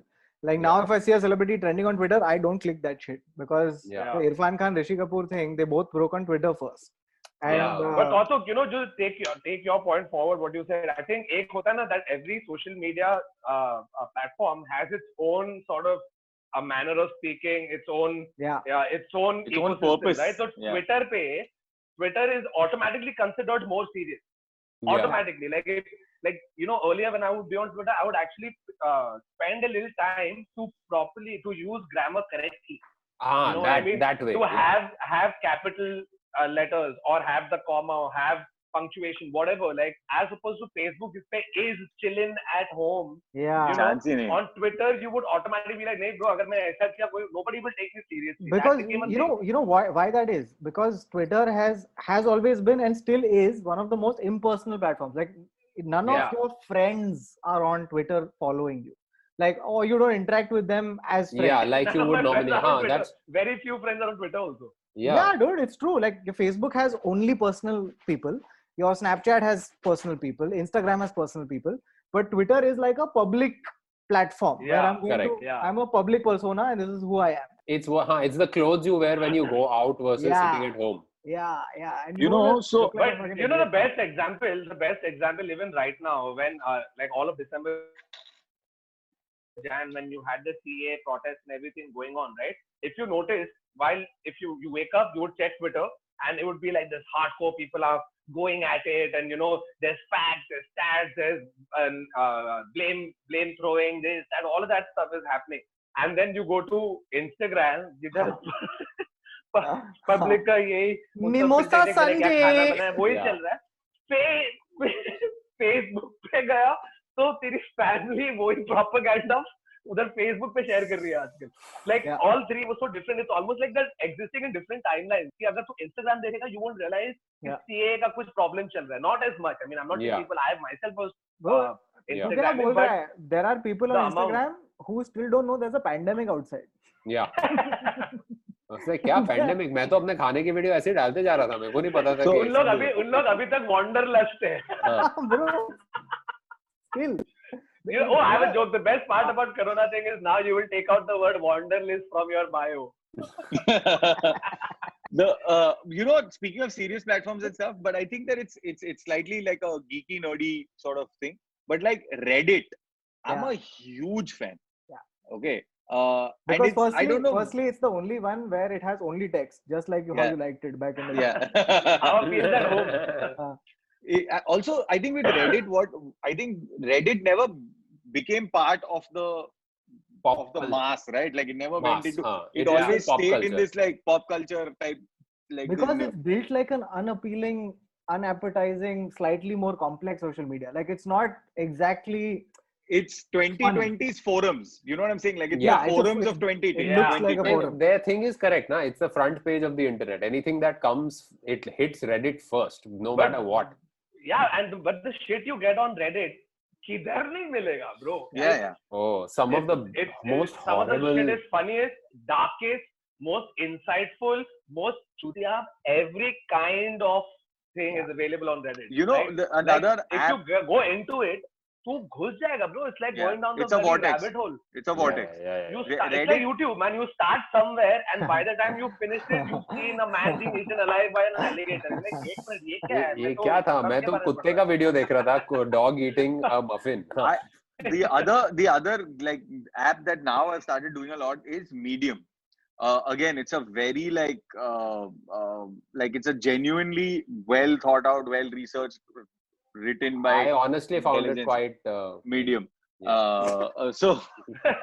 B: Like now, if I see a celebrity trending on Twitter, I don't click that shit because
C: Yeah.
B: the Irfan Khan, Rishi Kapoor thing, they both broke on Twitter first. And
C: Yeah.
B: uh,
E: but also you know just take your take your point forward what you said i think ek hota hai na that every social media uh, uh, platform has its own sort of a manner of speaking its own
B: Yeah.
E: yeah its own
A: Its own
E: ecosystem,
A: purpose.
E: right so
A: Yeah.
E: twitter pe twitter is automatically considered more serious
C: Yeah.
E: automatically like if, like you know earlier when i would be on twitter i would actually uh, spend a little time to properly to use grammar correctly
C: Ah,
E: You know what I
C: that
E: mean?
C: that way.
E: to
C: yeah.
E: have have capital uh, letters or have the comma or have punctuation whatever like as opposed to facebook is is chilling at home
B: yeah,
E: you know,
A: chance
B: Hmm.
A: ही नहीं.
E: on twitter you would automatically be like nahi bro agar main aisa kiya koi nobody will take me seriously That
B: because
E: became a
B: you
E: thing.
B: know you know why why that is because Twitter has has always been and still is one of the most impersonal platforms. Like none
E: Yeah.
B: of your friends are on Twitter following you. Like oh, you don't interact with them as friends.
C: Yeah, like
E: None
C: you
E: of
C: would
E: my friends
C: normally.
E: are on
C: Huh,
E: Twitter.
C: that's
E: very few friends are on twitter also
C: yeah.
B: yeah. dude it's true like your facebook has only personal people your snapchat has personal people instagram has personal people but twitter is like a public platform where
E: Yeah,
B: i'm going
C: correct.
B: to,
E: Yeah.
B: i'm a public persona and this is who i am
C: It's wha- huh, it's the clothes you wear when you go out versus
B: Yeah.
C: sitting at home.
B: yeah yeah and
A: You know,
B: just
A: so-
B: look like a
E: but
B: fucking
E: you know the
B: idiot.
E: best example the best example even right now when uh, like all of december jan when you had the ca protest and everything going on right if you notice while if you you wake up you would check twitter and it would be like this hardcore people are going at it and you know there's facts there's stats there's um, uh, blame blame throwing this and all of that stuff is happening and then you go to instagram जिधर public का यही उनका
B: Mimosa
E: फिर देखने के लिए
B: Sunday.
E: क्या खाना बनाया, वही
C: Yeah.
E: चल रहा है फे- फेसबुक पे गया तो तेरी फैमिली वही प्रोपेगेंडा उधर फेसबुक पे शेयर कर रही है आजकल लाइक
B: Yeah.
E: ऑल थ्री वो so different it's almost like that existing in different timelines कि अगर तू इंस्टाग्राम देखेगा यू वोंट रियलाइज कि
B: Yeah.
E: सीए का कुछ प्रॉब्लम चल रहा है not as much I mean I am not
C: Yeah.
E: People I myself
B: Bro,
E: uh,
C: Yeah.
B: तेरा
E: इंस्टाग्राम
B: बोल रहा है, there are people on
E: the amount-
B: instagram who still don't know there's a pandemic outside
C: Yeah. उसने क्या pandemic? मैं तो अपने खाने की वीडियो ऐसे ही डालते जा रहा था मेरे को नहीं पता था
A: So-
C: कि
E: उन लोग अभी उन लोग अभी तक वांडरलस्ट है
C: हाँ,
B: bro still
E: You know, oh, I have a joke. The best part about Corona thing is now you will take out the word wanderlust from your bio.
A: the uh, you know speaking of serious platforms and stuff but i think that it's it's it's slightly like a geeky nerdy sort of thing but like reddit i'm
B: Yeah.
A: a huge fan
B: Yeah.
A: okay uh and
B: Because
A: it's-
B: firstly,
A: i don't know
B: firstly, it's the only one where it has only text, just like you, how
A: Yeah.
B: you liked it back in the day.
A: yeah
E: Our field at home.
A: It- uh, also i think with reddit what i think reddit never became part of the
C: pop
A: of the
C: culture.
A: mass right like it never went
C: Mass,
A: into
C: हाँ,
A: it
C: it is
A: always
C: pop
A: stayed in
C: culture.
A: this like pop culture type like this
B: Because
A: little-
B: it's built like an unappelling, unappetizing, slightly more complex social media. Like it's not exactly.
A: it's 2020's forums. You know what I'm saying? Like it's
C: Yeah,
A: the
B: it's a-
A: forums of
B: it
A: 2020.
E: looks
A: Yeah.
B: like a
C: No,
B: forum.
C: no, their thing is correct na it's the front page of the internet anything that comes it hits reddit first no
E: But-
C: matter what
E: Yeah, and but the shit you get on Reddit, किधर नहीं मिलेगा, bro.
A: yeah, yeah.
C: oh some of the
E: It's,
C: most
E: it's, some of
C: horrible
E: the shit is funniest, darkest, most insightful, most chutia. Every kind of thing is available on Reddit.
A: You know,
E: right?
A: the,
E: Like,
A: another
E: if
A: app.
E: you go- go into it, तू घुस जाएगा bro it's like
A: Yeah,
E: going down
A: it's a vortex.
E: Rabbit hole
A: It's a vortex.
C: Yeah, yeah, yeah.
E: You
A: Re-
E: start, it's
A: Reddit-
E: like YouTube, man. You start somewhere, and by the time you finished it, you've seen a man being eaten alive by an alligator. You're Like, एक minute, ये क्या
C: ये,
E: है?
C: ये
E: मैं तो
C: क्या था
E: सबके
C: मैं तो
E: बारे में पढ़
C: कुत्ते
E: रहा
C: का वीडियो देख रहा था dog eating a muffin
A: I- the other the other like app that now I've started doing a lot is Medium. Uh, again, it's a very like uh, uh, like it's a genuinely well thought out, well researched, written
C: I
A: by
C: honestly found it
A: intelligence.
C: quite uh,
A: Medium.
C: Yeah.
A: Uh, uh, so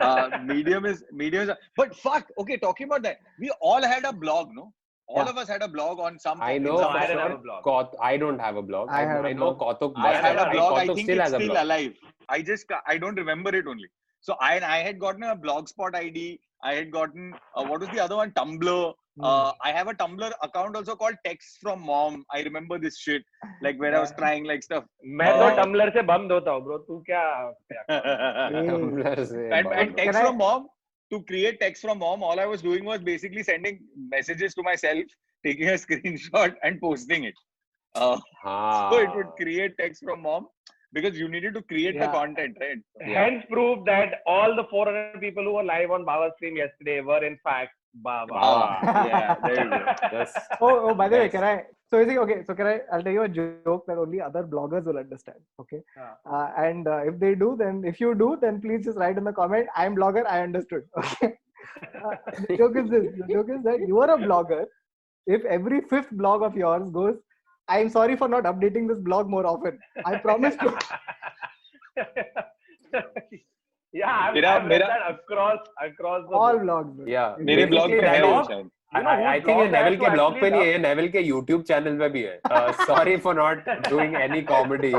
A: uh, Medium is Medium is. But fuck, okay, talking about that, we all had a blog, no? All
B: Yeah.
A: of us had a blog on some.
C: I
A: in
C: know
E: No,
A: some
C: for
E: I
A: form.
E: don't have
C: sure.
E: a blog.
C: Koth, I don't have a blog.
B: I
C: I,
B: have a
C: I know
B: blog.
C: Kothuk.
A: I
C: must
A: had
C: have-
A: a blog. I
C: Kothuk
A: think
C: still
A: it's
C: has a
A: still
C: blog.
A: alive. I just ca- I don't remember it only. So I I had gotten a blogspot ID. I had gotten uh, what was the other one? Tumblr.
B: Hmm.
A: Uh, I have a Tumblr account also called Texts from Mom. I remember this shit. Like where I was trying like stuff.
E: था। मैं तो
A: Uh,
E: tumbler से बम धोता हूँ bro तू क्या क्या-
A: and,
B: Hey.
C: Tumblr से
A: and
C: बहुत-
A: Texts
B: Can I-
A: from Mom. To create Texts from Mom, all I was doing was basically sending messages to myself, taking a screenshot and posting it. Uh,
C: हाँ
A: So it
C: Ah.
A: would create Texts from Mom because you needed to create the
B: Yeah.
A: content, right?
C: Yeah.
E: Hence prove that all the 400 people who were live on Baba's stream yesterday were in fact Baba.
C: Wow.
A: yeah, there you go.
C: Yes.
B: oh, oh, by the way,
C: Nice.
B: can I? So is it okay? So can I? I'll tell you a joke that only other bloggers will understand. Okay.
E: Ah.
B: Uh, and uh, if they do, then if you do, then please just write in the comment. I'm blogger. I understood. Okay. Uh, the joke is this. The joke is that you are a blogger. If every fifth blog of yours goes, I'm sorry for not updating this blog more often. I promise you.
E: yeah, I've,
A: मेरा-
E: I've read
A: मेरा-
E: that across across the
B: all
E: board.
B: blogs. dude.
C: Yeah.
A: मेरे
C: Basically,
A: blog पे है
C: Neville-
A: वो
E: blog?
A: शायद।
E: You know
C: I- I
E: whose
C: think ये
E: blog है
C: नेवल
E: तो
C: के ब्लॉग पे
E: actually
C: नहीं है नेवल के यूट्यूब चैनल पे भी है Uh, sorry for not doing any comedy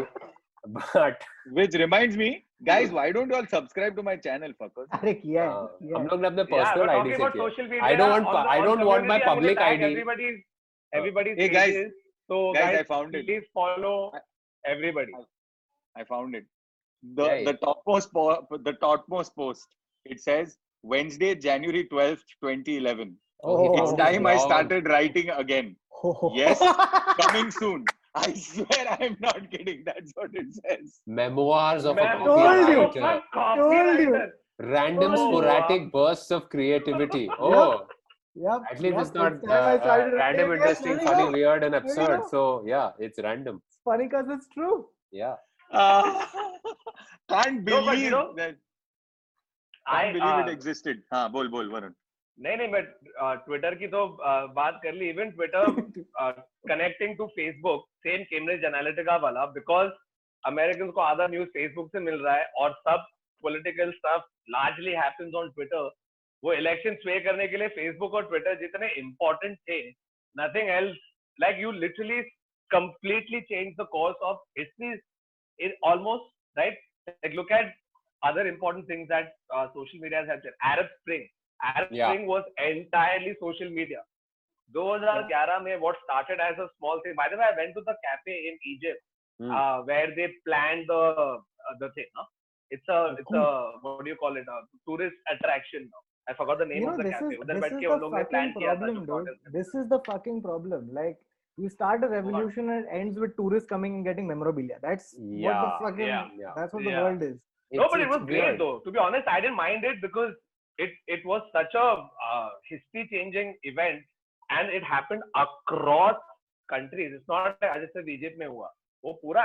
C: but
A: Which reminds me, guys, why don't you all subscribe to my channel, fuckers?
B: अरे किया है किया
C: uh, हम
B: है।
C: लोग ने अपने
E: Yeah,
C: personal
E: we're
C: ID
E: talking
C: से
E: about
C: किया
E: social media.
C: I don't want
E: On
C: pa-
E: the-
C: I
E: on
C: don't want my
E: community, I want
C: public ID.
E: to tag Everybody's, everybody's.
A: Hey, guys.
E: pages. So
A: Guys,
E: Oh, guys,
A: I found it.
E: please follow everybody.
A: I found it. The
C: Yeah,
A: the topmost po- the topmost post. It says Wednesday, January twelfth, twenty eleven.
B: Oh,
A: It's
B: Oh,
A: time I
C: wow.
A: started writing again.
B: Ho, ho, ho.
A: Yes, coming soon. I swear I'm not kidding. That's what it says.
C: memoirs of a
A: तो
E: Man,
B: told you.
C: copywriter
E: I'm a
B: Told you.
E: copywriter.
C: random
E: Oh.
C: sporadic bursts of creativity oh
B: Yep.
C: at least
B: yep,
C: it's not uh,
B: time I
C: uh,
B: started writing
C: random
B: again.
C: interesting
B: There you
C: funny
B: go.
C: weird and
B: There you
C: absurd
B: go.
C: so yeah it's random
B: It's funny because it's true.
C: yeah
A: Ah, can't
E: No, but you
A: believe
E: know,
A: that.
E: I,
A: Can't believe it
E: uh,
A: existed. हाँ बोल बोल वरुण.
E: नहीं नहीं मैं Twitter की तो uh, बात कर ली uh, even Twitter connecting to Facebook same Cambridge Analytica वाला बिकॉज अमेरिकन को आधा न्यूज फेसबुक से मिल रहा है और सब political stuff largely happens on Twitter वो इलेक्शन स्वे करने के लिए फेसबुक और ट्विटर जितने इंपॉर्टेंट थे nothing else like you literally completely changed the course of history it almost right like look at other important things that uh, social media has helped in. arab spring arab
C: Yeah.
E: spring was entirely social media 2011 में what started as a small thing by the way i went to the cafe in egypt
C: Hmm.
E: uh, where they planned the uh, the thing no? it's a
B: Oh,
E: it's a what do you call it a tourist attraction now. i forgot the name
B: you know,
E: of the
B: this
E: cafe
B: is,
E: उधर
B: this
E: बैठ
B: is
E: के
B: the
E: उन लोगों ने
B: fucking
E: plan किया था
B: problem,
E: जो
B: dude.
E: contest-
B: This is the fucking problem. Like, you start a revolution and it ends with tourists coming and getting memorabilia. That's
C: Yeah,
B: what the fucking,
E: yeah,
C: yeah.
B: that's what the
E: Yeah.
B: world is.
E: No,
C: It's-
E: but it
C: it's
E: was great
C: weird.
E: though. To be honest, I didn't mind it because it it was such a uh, history-changing event, and it happened across countries. It's not like as सिर्फ Egypt में हुआ. वो पूरा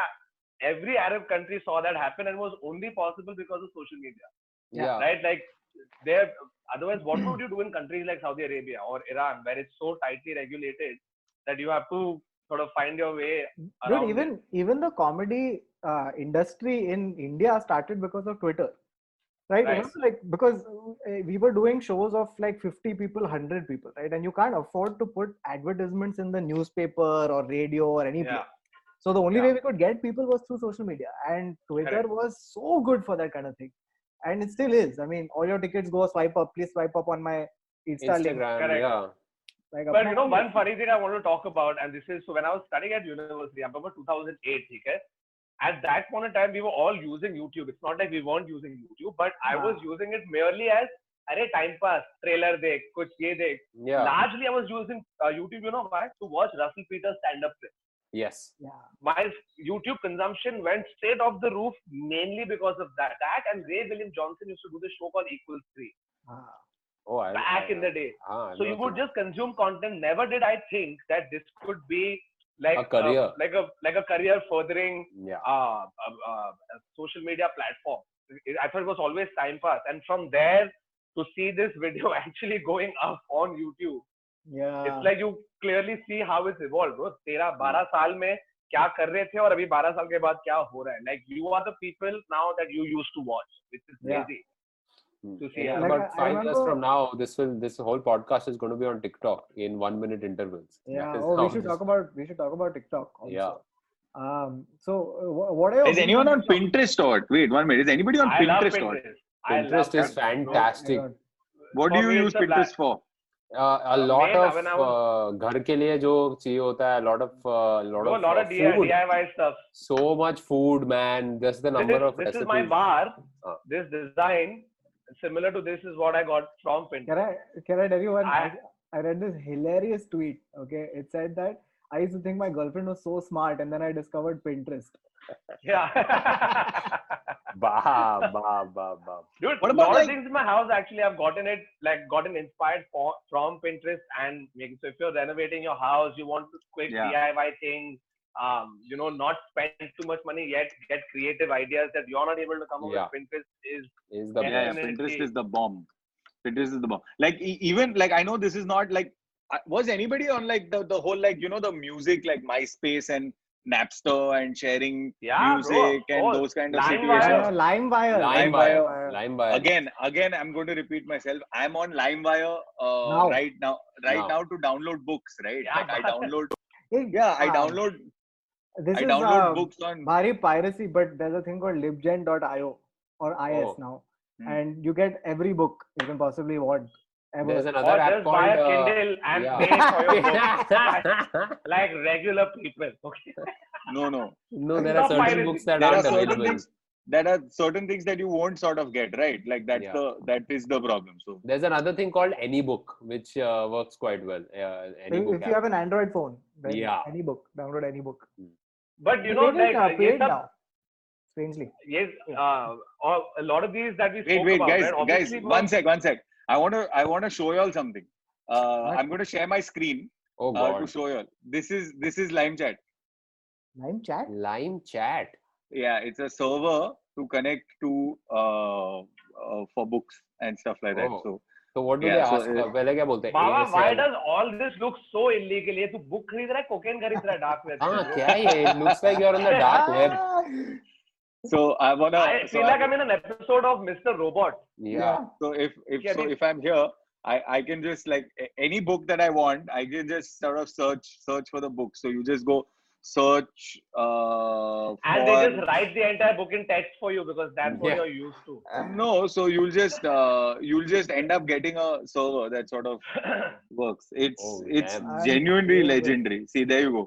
E: every Arab country saw that happen and was only possible because of social media,
C: yeah
E: right? Like there, otherwise, what would you do in countries like Saudi Arabia or Iran, where it's so tightly regulated that you have to sort of find your way around?
B: Dude, even, even the comedy uh, industry in India started because of Twitter. Right, You
E: Right.
B: know, like because uh, we were doing shows of like 50 people, 100 people, right? And you can't afford to put advertisements in the newspaper or radio or any
E: it.
B: place.
E: yeah,
B: So the only
E: Yeah.
B: way we could get people was through social media, and Twitter
E: Correct.
B: was so good for that kind of thing, and it still is. I mean, all your tickets go swipe up, please swipe up on my Insta link.
C: instagram
E: Correct.
C: yeah
B: Like,
E: But you know,
B: apparently-
E: one funny thing I want to talk about, and this is so when I was studying at university, I remember 2008, okay? At that point in time, we were all using YouTube. It's not like we weren't using YouTube, but I
B: Yeah.
E: was using it merely as, अरे time pass, trailer देख, कुछ ये देख.
C: yeah
E: Largely, I was using uh, YouTube, you know why? To watch Russell Peters stand up.
C: Yes.
E: my YouTube consumption went straight off the roof mainly because of that. That and Ray William Johnson used to do the show called Equals Three
B: Ah.
C: Oh, I,
E: back in the day.
C: Ah,
E: So you would just consume content. Never did I think that this could be like
C: A career.
E: like a like a career furthering
C: Yeah.
E: uh, uh, uh, a social media platform. I thought it was always time pass, and from there to see this video actually going up on YouTube,
B: Yeah.
E: it's like you clearly see how it's evolved, bro. तेरह बारह साल में क्या कर रहे थे और अभी बारह साल के बाद क्या हो रहा है like you are the people now that you use to watch which is
B: Yeah.
E: Crazy
C: Hmm.
E: to see
C: In
E: it.
B: Like,
C: about
B: I
C: five years
B: remember-
C: from now, this will this whole podcast is going to be on TikTok in one minute intervals.
B: Yeah.
C: That is
B: Oh,
C: how
B: we should
C: this-
B: talk about we should talk about TikTok. Also.
C: Yeah.
B: Um. So, uh, wha- what are your
A: Is anyone on
B: opinions
A: Pinterest or wait one minute? Is anybody on
E: I love
A: Pinterest or
E: Pinterest. I love
C: Pinterest is
E: Pinterest, bro.
C: fantastic.
B: God.
A: what do
E: For
A: you
E: me,
A: use
E: it's a black-
A: Pinterest for?
C: Uh, a lot
E: main,
C: of
E: when I
C: uh, घर के लिए जो चाहिए होता है lot of uh, lot
E: Bro,
C: of,
E: lot
C: uh,
E: of DIY,
C: food.
E: DIY stuff.
C: So much food, man. Just the number
E: this is,
C: of
E: this
C: recipes.
E: is my bar.
C: Ah.
E: This design, similar to this, is what I got from Pinterest.
B: Can I can I tell you one? I,
E: I-
B: I read this hilarious tweet. Okay, it said that I used to think my girlfriend was so smart, and then I discovered Pinterest.
E: Yeah.
C: Bah, bah, bah, bah.
E: Dude,
A: What
E: a
A: about
E: lot
A: like-
E: of things in my house actually I've gotten it like gotten inspired for, from Pinterest and making so if you're renovating your house, you want to quick
A: Yeah.
E: DIY things, um, you know, not spend too much money yet, get creative ideas that you're not able to come up
C: Yeah.
E: with Pinterest is
C: Is the
E: Yeah,
A: yeah, yeah,
C: best.
E: Definitely.
A: Pinterest is the bomb. Pinterest is the bomb. Like e- even like I know this is not like I- was anybody on like the the whole like you know the music like MySpace and Napster and sharing
E: Yeah, bro, of
A: music and
E: course.
A: those kind of
E: LimeWire.
A: situations.
B: Yeah, LimeWire.
C: LimeWire.
B: LimeWire.
C: LimeWire.
A: Again, again, I'm going to repeat myself. I'm on LimeWire uh,
B: Now.
A: right now, right
C: Now.
A: now to download books. Right,
E: Yeah.
A: like I download.
B: Hey,
A: Yeah, I
B: um,
A: download.
B: This
A: I
B: is
A: download
B: uh,
A: books on.
B: bhari piracy, but there's a thing called libgen.io or IS
C: Oh.
B: now,
A: Hmm.
B: and you get every book you can possibly want ever.
C: There's another
A: Oh,
E: or
C: app
E: just buy
C: called.
E: a
C: uh,
E: Kindle and
C: yeah.
E: pay for your book like regular people. Okay.
A: No, no.
C: no, there are
E: Stop
C: certain
E: piracy.
C: books that
A: There are
C: aren't
A: certain
C: available.
A: things that are certain things that you won't sort of get right. Like that's
C: Yeah.
A: the that is the problem. So
C: There's another thing called AnyBook, which uh, works quite well. Uh,
B: if,
C: AnyBook
B: if you
C: app.
B: have an Android phone, then
C: Yeah.
B: any book, download any book.
E: But you
B: They
E: know,
B: made it,
E: like
B: uh,
E: uh,
B: paid
E: yes, sir,
B: now, strangely.
E: yes, uh, all- a lot of these that we
A: wait,
E: spoke
A: wait,
E: about,
A: guys,
E: right,
A: guys,
E: obviously
A: one
E: was-
A: sec, one sec. I want to I want to show you all something. Uh,
B: What?
A: I'm going to share my screen
C: Oh
A: uh, to
C: god.
A: show you all. This is this is Lime Chat.
B: Lime chat.
C: Lime chat.
A: Yeah, it's a server to connect to uh, uh, for books and stuff like that.
C: Oh.
A: So
C: तो what do
A: Yeah,
C: they
A: so
C: ask
A: it-
C: Uh, पहले क्या बोलते हैं
E: बाबा
C: ASL?
E: why does all this look so illegal ये तू book खरीद रहा है कोकेन खरीद रहा है डार्क वेब
C: हाँ क्या है ये looks like you are on the dark web
B: Ah,
A: so I wanna.
E: I
A: so,
E: feel like
A: I-
E: I'm in an episode of Mr. Robot.
C: या
A: so if if
E: Yeah,
A: so
E: dude.
A: if I'm here. I, I can just like a- any book that I want, I can just sort of search search for the book. So you just go search uh
E: And
A: for-
E: they just write the entire book in text for you because that's what
C: Yeah.
E: you're used to.
A: No, so you'll just uh, you'll just end up getting a server that sort of works. It's
C: Oh,
A: it's
C: damn.
B: I'm
A: genuinely
B: serious.
A: legendary. See, there you go.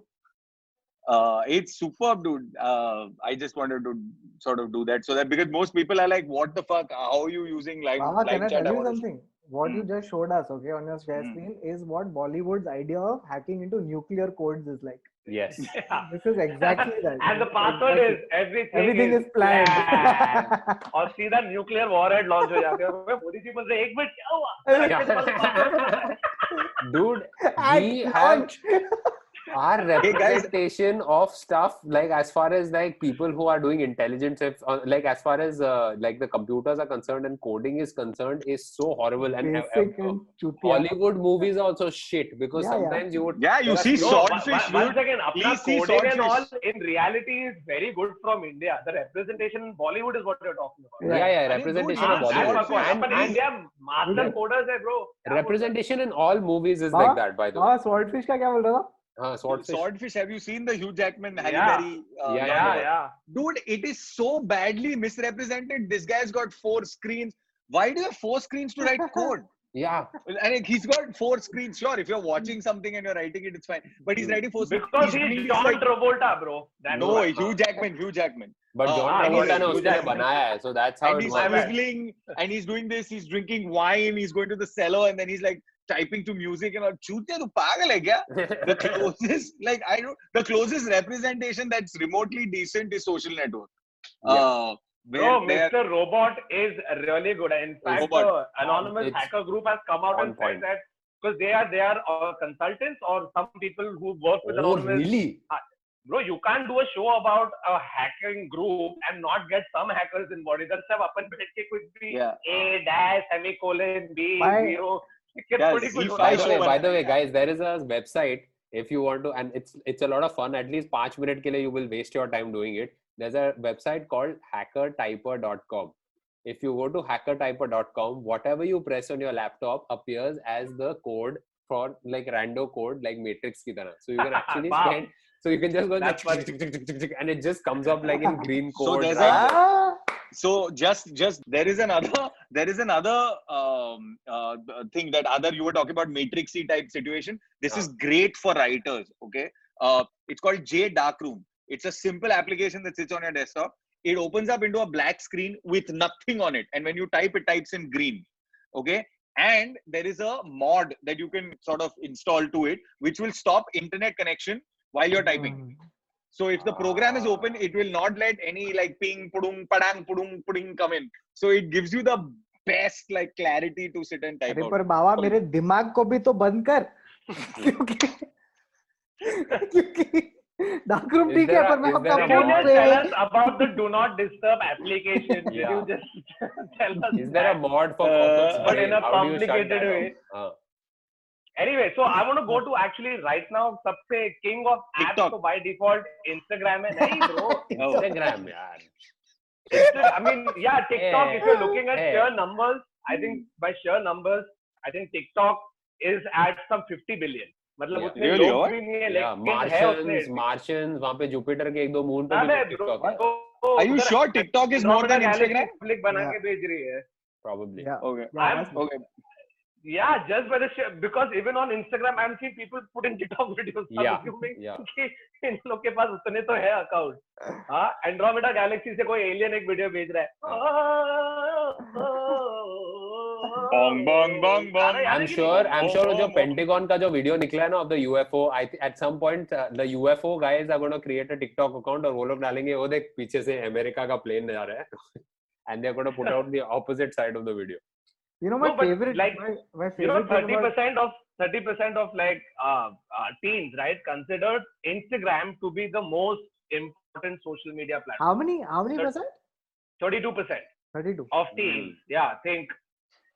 A: Uh, it's superb, dude. Uh, I just wanted to sort of do that so that because most people are like, "What the fuck? How are you using live
B: Baba, can I
A: live chat?"
B: tell you
A: hours?"
B: something? What you
A: Hmm.
B: just showed us, okay, on your share
A: Hmm.
B: screen is what Bollywood's idea of hacking into nuclear codes is like.
C: Yes
E: Yeah.
B: This is exactly that.
E: And the
B: It's
E: password
B: exactly-
E: is everything.
B: everything is planned.
E: planned. और सीधा nuclear warhead launch हो जाते हैं मोदी जी बोल रहे हैं, एक minute क्या हुआ
C: dude we
B: At
C: have
B: launch.
C: our
A: guys.
C: representation of stuff like as far as like people who are doing intelligence if, uh, like as far as uh, like the computers are concerned and coding is concerned is so horrible and uh,
B: Basic
C: uh,
B: and chutia.
C: hollywood movies are also shit because
B: Yeah, yeah.
C: sometimes you would
A: Yeah, you
C: There are
A: see
C: few-
E: No, one-
A: swordfish,
E: one- one
A: dude.
E: second. Apna
A: Please see
E: coding and all
A: swordfish.
E: in reality is very good from India. The representation in Bollywood is what you're talking about.
C: yeah yeah,
A: dude,
C: representation
E: Ah,
A: Sure, that's
C: of
E: that's
C: bollywood
E: what-
A: Bollywood.
C: and,
E: but in
C: and
E: India, master
B: Yeah.
E: coders hai, bro.
C: representation in all movies is
B: हाँ,
C: like that by the way
B: हाँ swordfish का क्या बोल रहा था?
C: हाँ,
A: Swordfish.
C: swordfish
A: Have you seen the Hugh Jackman, Halle
E: Yeah.
A: Berry? Uh,
C: Yeah,
E: Yeah,
C: yeah.
E: yeah.
A: dude, it is so badly misrepresented. This guy's got four screens. Why do you have four screens to write code?
C: yeah
A: Well, I mean, he's got four screens. Sure, if you're watching something and you're writing it, it's fine. But he's writing four screens.
E: Because
A: He's
E: he's
A: doing
E: John
A: like-
E: Travolta, bro. That's
A: no,
E: why.
A: Hugh Jackman, Hugh Jackman.
C: but
A: Uh,
C: john
E: ah,
C: travolta
E: yes,
C: ने
E: Hugh
C: उसके लिए
E: Jackman.
C: बनाया है so that's how
A: And
C: it
A: he's
C: works
E: works.
A: smuggling, and he's doing this. He's drinking wine. He's going to the cellar, and then he's like, typing to music and all. Chutya, tu pagal hai kya? The closest, like I don't, the closest representation that's remotely decent is social network. Uh, where
E: Bro,
A: they are-
E: Mr. Robot is really good. In fact,
A: Robot.
E: the anonymous
C: It's
E: hacker group has come out
C: on
E: and
C: point.
E: said that because they are they are uh, consultants or some people who work with
C: Oh,
E: anonymous.
C: really?
E: Bro, you can't do a show about a hacking group and not get some hackers involved. Either sab अपन बैठ के कुछ भी
A: Yeah.
E: A dash semicolon B
B: My-
E: zero. It's
A: Yeah,
E: pretty good.
A: Z5
C: By
A: I
C: the
A: show
C: way, by
A: one.
C: the way, guys, there is a website if you want to, and it's it's a lot of fun. At least five minute ke liye you will waste your time doing it. There's a website called hackertyper.com. If you go to hackertyper.com, whatever you press on your laptop appears as the code for like rando code, like matrix ki tarah. So you can actually
E: Wow.
C: spend. So you can just go and,
E: That's
C: like, tick, tick, tick, tick, tick, and it just comes up like in green
A: So
C: code.
A: there's a-
C: right?
B: Ah,
A: so just just there is another there is another um, uh, thing that other you were talking about matrixy type situation this is great for writers okay uh, it's called j darkroom it's a simple application that sits on your desktop it opens up into a black screen with nothing on it and when you type it types in green okay and there is a mod that you can sort of install to it which will stop internet connection while you're typing
B: Hmm.
A: so if the program is open, it will not let any like ping, pudung, padang, pudung, puding come in. So it gives you the best like clarity to sit and type
B: अरे
A: out.
B: पर बाबा मेरे दिमाग को भी तो बंद कर क्योंकि क्योंकि डार्क रूम
C: Is
B: ठीक है
C: there a-
B: पर मैं
C: is
B: अपना
C: there
E: Did
C: a
E: you
B: phone
E: just
C: mod?
B: पे
E: tell us about the do not disturb application? Did you
C: Yeah.
E: just tell us?
C: Is there a
E: that?
C: mod for
E: Uh,
C: Popup's
E: but
C: brain?
E: in a
C: How do you shut
E: complicated
C: that
E: way.
C: off? Uh,
E: Anyway, so I want to go to actually right now, सबसे king of apps
A: TikTok.
E: तो by default Instagram है नहीं bro.
A: Oh.
C: Instagram, yaar.
E: Insta- I mean, yeah, TikTok.
C: Hey,
E: if you're looking at
C: hey.
E: sheer numbers, I think by sheer numbers, I think TikTok is at some 50 billion. मतलब
C: Yeah.
E: उसने
A: Really,
E: लोग
A: और?
E: भी नहीं है,
C: Yeah,
E: लेकिन है उसने.
C: मार्शियंस मार्शियंस वहां पे जुपिटर के एक दो मून पे भी
E: अबे
C: कुछ
E: bro,
C: TikTok है
E: bro,
A: Are you
E: उधर
A: sure TikTok is more than
E: phenomenal
A: Instagram?
E: Alex Public बना
B: Yeah.
E: के भेज रही है.
C: probably
B: Yeah.
A: Okay.
B: Yeah,
E: I'm-
B: that's-
A: Okay.
E: Yeah, just by the sheer, because even on Instagram, I'm seeing people put in TikTok videos. I'm
C: Yeah,
E: assuming
C: yeah.
E: कि इन लोग के पास उतने तो है अकाउंट हाँ एंड्रोमेडा गैलेक्सी से कोई एलियन एक वीडियो भेज रहा
C: हाँ।
E: Oh, है
A: Bong, bong, bong, bong.
E: oh, अरे यार,
C: I'm
E: लेकिन-
C: sure, I'm
A: Oh,
C: sure
A: oh,
C: जो
A: oh.
C: Pentagon का जो वीडियो निकला है ना of the UFO, I think at some point uh, the UFO guys are going to create a TikTok account और वो लोग डालेंगे वो देख पीछे से अमेरिका का प्लेन जा रहा है and they're going to put out the opposite side of the video.
B: You know my
E: No, but
B: favorite,
E: like,
B: my, my
E: you
C: तो
E: know
B: favorite thing
E: 30
B: about-
E: तो percent of 30 percent of like uh, uh, teens right considered Instagram to be the most important social media platform
B: how many how many
E: Thir-
B: percent?
C: हाँ।
E: 32 percent
B: 32.
E: of teens. Yeah, think.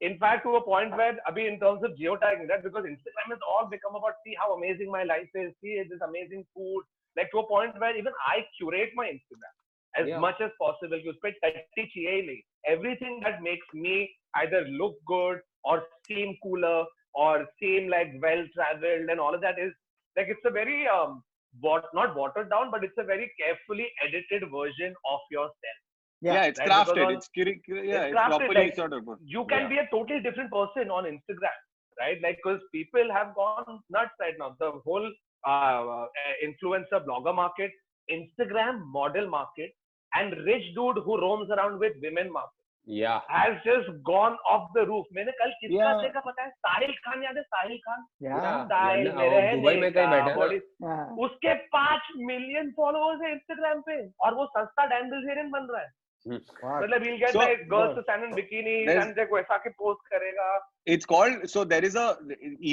E: In fact, to a point where, Abhi, in terms of geotagging, that because Instagram has all become about see how amazing my life is, see this amazing food. Like to a point where even I curate my Instagram as
C: Yeah.
E: much as possible. You spend 30 daily. Everything that makes me either look good or seem cooler or seem like well traveled and all of that is like it's a very um what not watered down, but it's a very carefully edited version of yourself.
A: Yeah,
B: Yeah,
A: it's
E: right,
A: crafted.
E: because on-
A: It's curi- curi- yeah,
E: it's
A: it's
E: crafted,
A: properly
E: like-
A: sort of.
E: you can
C: Yeah.
E: be a totally different person on Instagram, right? Like, because people have gone nuts right now. The whole uh, uh, influencer blogger market, Instagram model market, and rich dude who roams around with women market
C: Yeah,
E: has just gone off the roof. मैंने कल किसका
A: Yeah.
E: देखा पता है? साहिल खान याद है Sahil Khan?
B: yeah,
E: Sahil
C: London-
E: मेरे
C: हाँ, वो
E: है
C: दुबई में कहीं
E: नेका,
C: बैठा है ना?
E: body-
B: yeah.
E: उसके पांच मिलियन फॉलोअर्स है इंस्टाग्राम पे और वो सस्ता डैन बिल्जेरियन बन रहा है
B: Wow.
E: मतलब he'll get
A: So-
E: like girls to stand in bikinis
A: There's-
E: and देखो ऐसा के पोस्ट करेगा
A: It's called. So there is a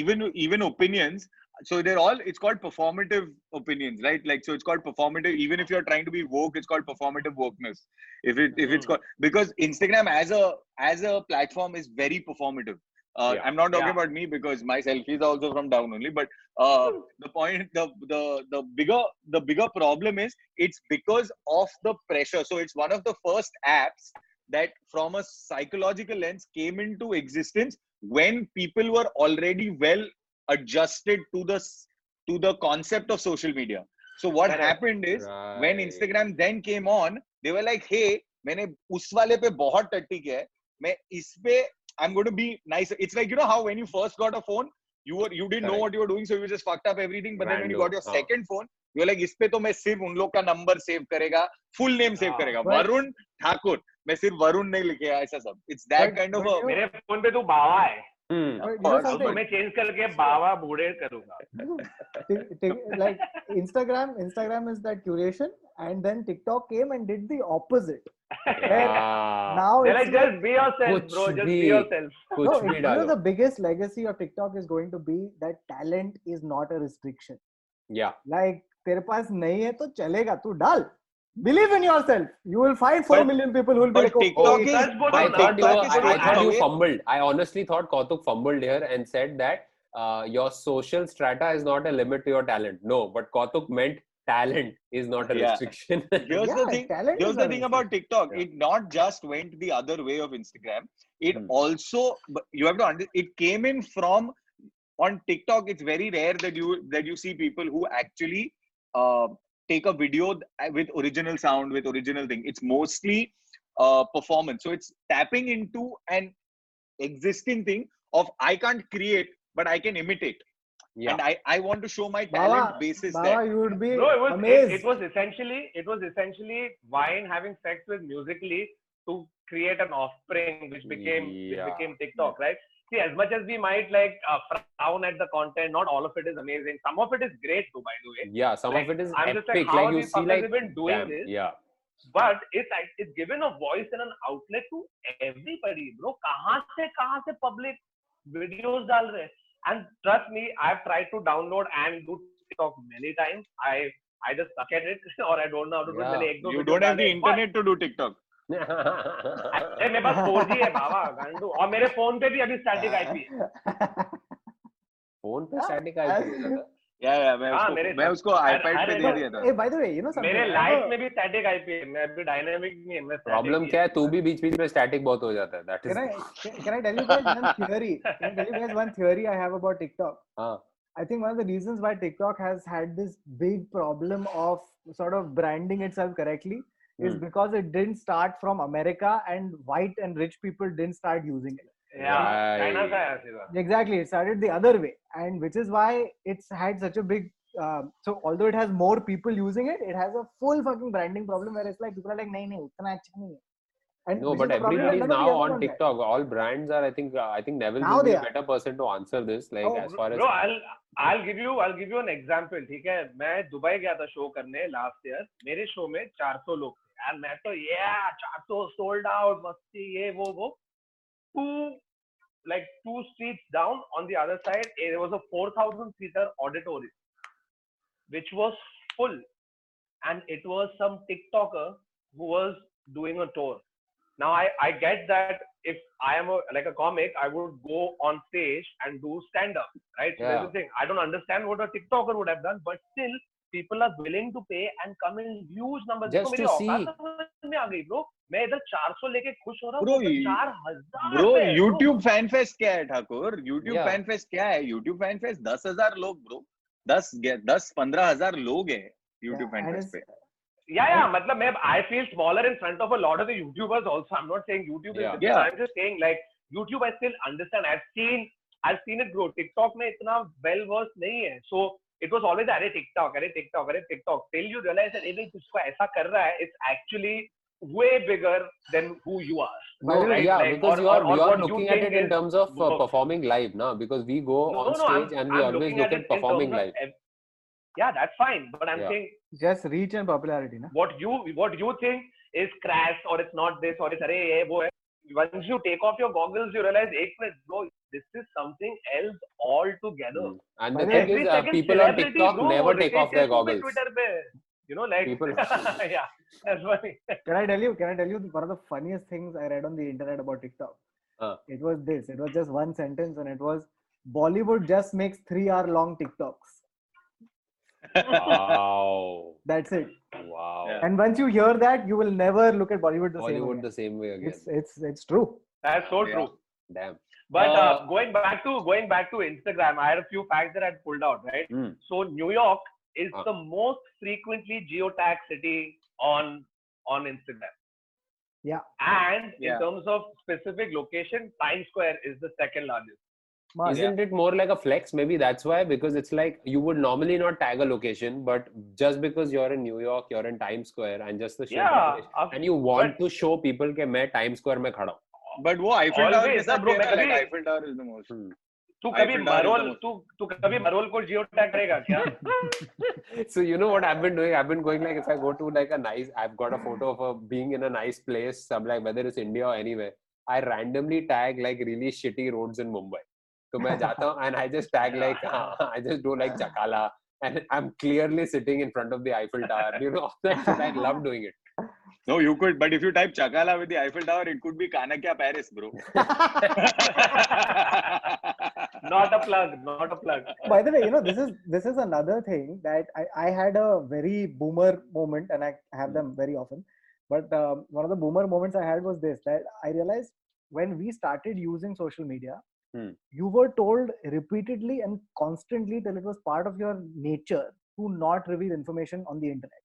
A: even even opinions. So they're all. It's called performative opinions, right? Like so, it's called performative. Even if you're trying to be woke, it's called performative wokeness. If it if it's
E: Mhm.
A: called because Instagram as a as a platform is very performative. Uh,
C: Yeah.
A: I'm not talking
E: Yeah.
A: about me because my selfies are also from down only. But uh, the point, the the the bigger the bigger problem is it's because of the pressure. So it's one of the first apps that, from a psychological lens, came into existence when people were already well adjusted to the s- to the concept of social media. So what
E: Correct.
A: happened is when
C: Right.
A: Instagram then came on, they were like, hey, मैंने उस वाले पे बहुत टट्टी किया है मैं इस पे I am going to be nice it's like you know how when you first got a phone you were you didn't know
C: Correct.
A: What you were doing so you just fucked up everything but then when you
C: Rando,
A: got your
C: हाँ.
A: Second phone you like इस पे तो मैं सिर्फ उन लोग का number save करेगा फुल नेम सेव
E: हाँ,
A: करेगा
B: but-
A: वरुण ठाकुर मैं सिर्फ वरुण नहीं लिखेगा ऐसा सब it's that
B: But-
A: kind
B: but
A: of
B: you-
E: मेरे फोन पे तू बाबा है
C: Hmm.
B: But you know
A: course,
E: अब
B: something?
E: मैं चेंज करके बाबा बूढ़े करूंगा
B: Tik- Tik- like Instagram, Instagram is that curation, and then TikTok came and did the opposite.
C: Yeah.
B: now it's
E: They're like, just be yourself,
C: कुछ
E: bro. Just be
C: भी।
E: yourself.
C: कुछ
B: no,
C: भी
B: it- you know
C: डालो
B: the biggest legacy of TikTok is going to be that talent is not a restriction.
C: Yeah.
B: Like तेरे पास नहीं है तो चलेगा तू डाल. Believe in yourself. You will find four
A: But-
B: million people who will be
A: but
B: like, oh,
A: TikTok
B: oh,
A: is-
E: Just go
C: I
E: to
A: But
C: thought you
A: TikTok
C: were,
A: is
C: I, I
A: going
C: thought you
A: away.
C: fumbled. I honestly thought Kautuk fumbled here and said that uh, your social strata is not a limit to your talent. No, but Kautuk meant talent is not a
A: Yeah.
C: restriction.
A: Here's the
B: yeah,
A: thing.
B: talent
A: Here's
B: is
A: the
B: not a
A: thing about
B: restriction."
A: TikTok.
C: Yeah.
A: It not just went the other way of Instagram. It
C: Hmm.
A: also but you have to understand. It came in from on TikTok. It's very rare that you that you see people who actually uh, take a video th- with original sound with original thing. It's mostly uh, performance. So it's tapping into an existing thing of I can't create, but I can imitate,
C: yeah.
A: and I I want to show my
B: Baba,
A: talent basis
B: Baba,
A: that.
B: you would be
E: No, it was it,
B: amazed.
E: it was essentially it was essentially Vine having sex with Musically to create an offspring, which became
C: Yeah.
E: which became TikTok, right? See, as much as we might like uh, frown at the content, not all of it is amazing. Some of it is great too, by the way.
C: Yeah. Some
E: Like,
C: of it is
E: I'm
C: epic.
E: just like, how are
C: you
E: these
C: see,
E: fuckers
C: like,
E: even doing
C: damn,
E: this?
C: yeah.
E: But it's like- it's given a voice and an outlet to everybody, bro. कहाँ से कहाँ से public videos डाल रहे हैं? And trust me, I've tried to download and do TikTok many times. I I just suck at it or I don't know how to do
C: Yeah.
E: it. मैंने एक दो
A: You
E: video
A: don't have the
E: डाले, but-
A: internet to do TikTok.
E: अरे मेरे पास 4G है बाबा गांडू और मेरे phone पे भी अभी स्टैटिक
A: हाँ।
E: आईपी है
C: फोन पे
B: Yeah.
C: static आई थी
B: I-
C: ना।
A: Yeah, yeah, मैं
E: हाँ,
A: उसको
E: मेरे
A: मैं उसको iPad पे
E: अरे
A: दे
E: no,
A: दिया था
B: Hey, by the way, you know something.
E: मेरे
B: I have
E: लाइफ
B: a-
E: में भी स्टैटिक आईपी है मैं अभी डायनामिक नहीं है मैं static
C: Problem
E: ही
C: क्या है
E: है
C: तू भी बीच बीच में स्टैटिक बहुत हो जाता है that
B: can I
C: is
B: can, can I tell you guys one theory? Can I tell you guys one theory I have about TikTok?
C: हाँ
B: I think one of the reasons why TikTok has had this big problem of sort of branding itself correctly is
C: Hmm.
B: because it didn't start from America and white and rich people didn't start using it.
E: यार
C: Right.
E: China का है सीधा
B: Exactly, it started the other way, and which is why it's had such a big. Um, so although it has more people using it, it has a full fucking branding problem where it's like people are like, "Nahi, nahi, utna acha nahi hai." And
C: No,
B: which
C: but
B: is the problem that
C: everybody is
B: none of the
C: now
B: other
C: on
B: ones had.
C: TikTok. All brands are, I think, uh, I think Neville
B: Now
C: will be
B: they
C: a
B: are.
C: better person to answer this. Like
B: Oh,
C: as far as
E: bro i'll i'll give you i'll give you an example ठीक है मैं Dubai गया था show करने last year मेरे show में 400 लोग थे यार मैं तो ये 400 सोल्ड आउट मस्ती ये वो वो two like two streets down on the other side there was a 4000 seater auditorium which was full and it was some TikToker who was doing a tour now I, I get that if I am a, like a comic, I would go on stage and do stand up, right? So
C: Yeah.
E: That's the thing. I don't understand what a TikToker would have done, but still, people are willing to pay and come in huge numbers.
C: Just
E: तो मेरी
C: to see.
E: औकात समझ में आ गई, bro. मैं इधर 400 लेके खुश हो रहा हूँ, तो
A: Bro,
E: उधर
A: you-
E: 4000
A: ब्रो
E: पे है, हाँ, bro.
A: YouTube फैन फेस्ट क्या है Thakur YouTube
C: Yeah.
A: Fan fest क्या है YouTube फैन फेस्ट दस हजार लोग ब्रो दस दस पंद्रह हजार लोग हैं YouTube
B: Yeah,
A: fan
B: and
A: fest पे
B: it's-
E: Yeah, yeah. मतलब मैं I feel smaller in front of a lot of the YouTubers also. I'm not saying YouTube is
C: Yeah.
E: different.
A: Yeah.
E: I'm just saying like YouTube I still understand. I've seen I've seen it grow. TikTok में इतना well versed नहीं है. So it was always अरे TikTok अरे TikTok अरे TikTok till you realize that अरे कुछ को ऐसा कर रहा है. It's actually way bigger than who you are.
C: no,
B: By the way,
C: yeah,
E: like,
C: because
E: or-
C: you are
E: or- or
C: you are
E: what you
C: looking at
E: think
C: it in
E: is
C: terms of uh,
E: work.
C: performing live, now because we go
E: No,
C: on
E: no, I'm,
C: stage and we
E: I'm
C: always
E: looking
C: look at
E: at, it in terms
C: performing
E: of
C: live.
E: ev- yeah, that's fine. But I'm
C: Yeah.
E: saying
B: just reach and popularity, na?
E: what you what you think is crash or it's not this or it's array yeah, boy. Once you take off your goggles, you realize, hey, minute, bro, this is something else altogether.
C: Mm. And
B: By
C: the
B: the
C: thing
E: Every
C: is, uh,
E: second
C: people on
E: celebrity,
C: TikTok
E: bro,
C: never take
E: rotates
C: off their
E: to my
C: goggles.
E: Twitter पे. You know, like,
C: People-
E: yeah, that's funny.
B: Can I tell you? Can I tell you one of the funniest things I read on the internet about TikTok?
C: Uh.
B: It was this. It was just one sentence, and it was Bollywood just makes three-hour-long TikToks.
C: Wow,
B: That's it.
C: wow.
A: Yeah.
B: And once you hear that, you will never look at Bollywood the same.
C: Bollywood
B: again.
C: the same way again.
B: It's it's it's true.
E: That's so
A: Yeah.
E: true.
C: Damn.
E: But uh,
C: Uh,
E: going back to going back to Instagram, I had a few facts that I had pulled out, right?
A: Hmm.
C: Mm.
E: So New York is
C: Uh.
E: the most frequently geotagged city on on Instagram.
B: Yeah.
E: And
A: Yeah.
E: in terms of specific location, Times Square is the second largest.
B: Mars.
C: Isn't it more like a flex? Maybe that's why, because it's like you would normally not tag a location, but just because you're in New York, you're in Times Square, and just the sheer
E: Yeah.
C: population,
E: of-
C: and you want
E: but-
C: to show people that I'm Times Square. Mein khada.
A: But वो Eiffel Tower
E: Always,
A: के साथ
E: bro, मैं
A: कहना like
E: कभी-
A: Eiffel Tower is the most
E: Hmm. तू
A: I
E: कभी
A: feel that is the
E: Marol
A: most-
E: तू तू कभी मरोल को जियो टैग करेगा क्या
C: so you know what I've been doing? I've been going like if I go to like a nice, I've got a photo of a, being in a nice place. I'm like whether it's India or anywhere. I randomly tag like really shitty roads in Mumbai. So मैं जाता हूँ and I just tag like I just do like Chakala and I'm clearly sitting in front of the Eiffel Tower. You know that shit, I love doing it.
A: No you could but if you type Chakala with the Eiffel Tower it could be कानाक्या Paris bro
E: not a plug not a plug
B: By the way, you know this is this is another thing that I, I had a very boomer moment, and I have
E: Mm.
B: them very often. But um, one of the boomer moments I had was this that I realized when we started using social media,
C: Hmm.
B: you were told repeatedly and constantly till it was part of your nature to not reveal information on the internet.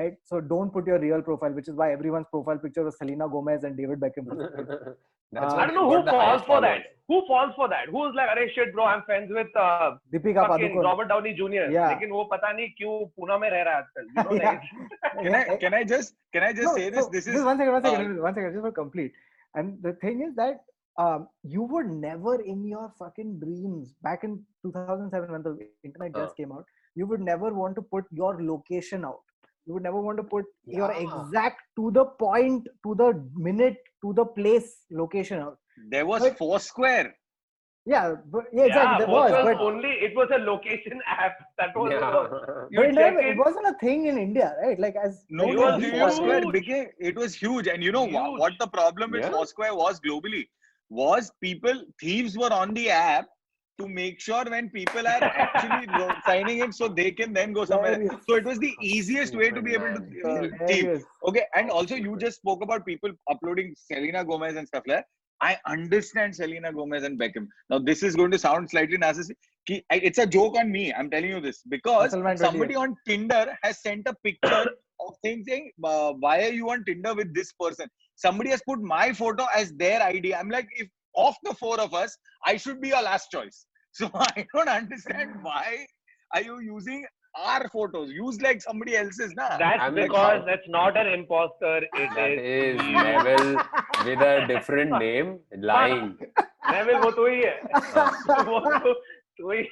B: Right, so don't put your real profile, which is why everyone's profile picture was Selena Gomez and David Beckham. for some reason.
C: That's
B: Uh,
C: why
E: I don't know
C: I've
E: who
C: got the
E: falls
C: highest
E: for
C: followers.
E: that. Who falls for that? Who's like, अरे shit bro, I'm friends with uh,
B: Deepika
E: fucking
B: Padukone.
E: Robert Downey Jr.
B: Yeah.
E: लेकिन वो पता नहीं क्यों पुणे में रह रहा है आजकल. You know,
B: Yeah.
E: like,
A: can i can i just can i just
B: No,
A: say this
B: so
A: this
B: just
A: is
B: one second, one
A: uh,
B: second, one second, just for complete. And the thing is that um, you were never in your fucking dreams back in 2007 when the internet
C: Uh.
B: just came out. You would never want to put your location out. You would never want to put your
C: Yeah.
B: exact to the point, to the minute, to the place location out.
A: there was
B: But-
A: foursquare
B: Yeah, but, yeah, exactly.
E: yeah,
B: there
E: was,
B: was, but
E: only it was a location app. That was the,
C: Yeah.
E: you
B: but it, never,
E: check
B: it
E: it-
B: wasn't a thing in India, right? Like as
A: no
B: like,
E: It
A: no
E: was
A: foursquare
E: huge.
A: became it was huge and you know wha-
E: Huge.
A: what the problem with
C: Yeah.
A: foursquare was globally was people thieves were on the app to make sure when people are actually go- signing in so they can then go somewhere else.
B: Hilarious.
A: so it was the easiest way to be able to
C: Superman.
A: uh, thieve
B: hilarious.
A: Okay, and also you
C: Absolutely.
A: just spoke about people uploading Selena Gomez and stuff like that. I understand Selena Gomez and Beckham. Now this is going to sound slightly narcissistic. Ki- I- It's a joke on me. I'm telling you this because
B: Musselman 28.
A: somebody on Tinder has sent a picture of thing saying, uh, "Why are you on Tinder with this person?" Somebody has put my photo as their ID. I'm like, if of the four of us, I should be your last choice. So I don't understand why are you using our photos? Use like somebody else's, na?
E: that's
C: I'm like,
E: because
C: how-
E: that's not an imposter. It
C: That
E: is.
C: is Neville with a different name lying.
E: Neville वो तो ही है. वो तो तू ही.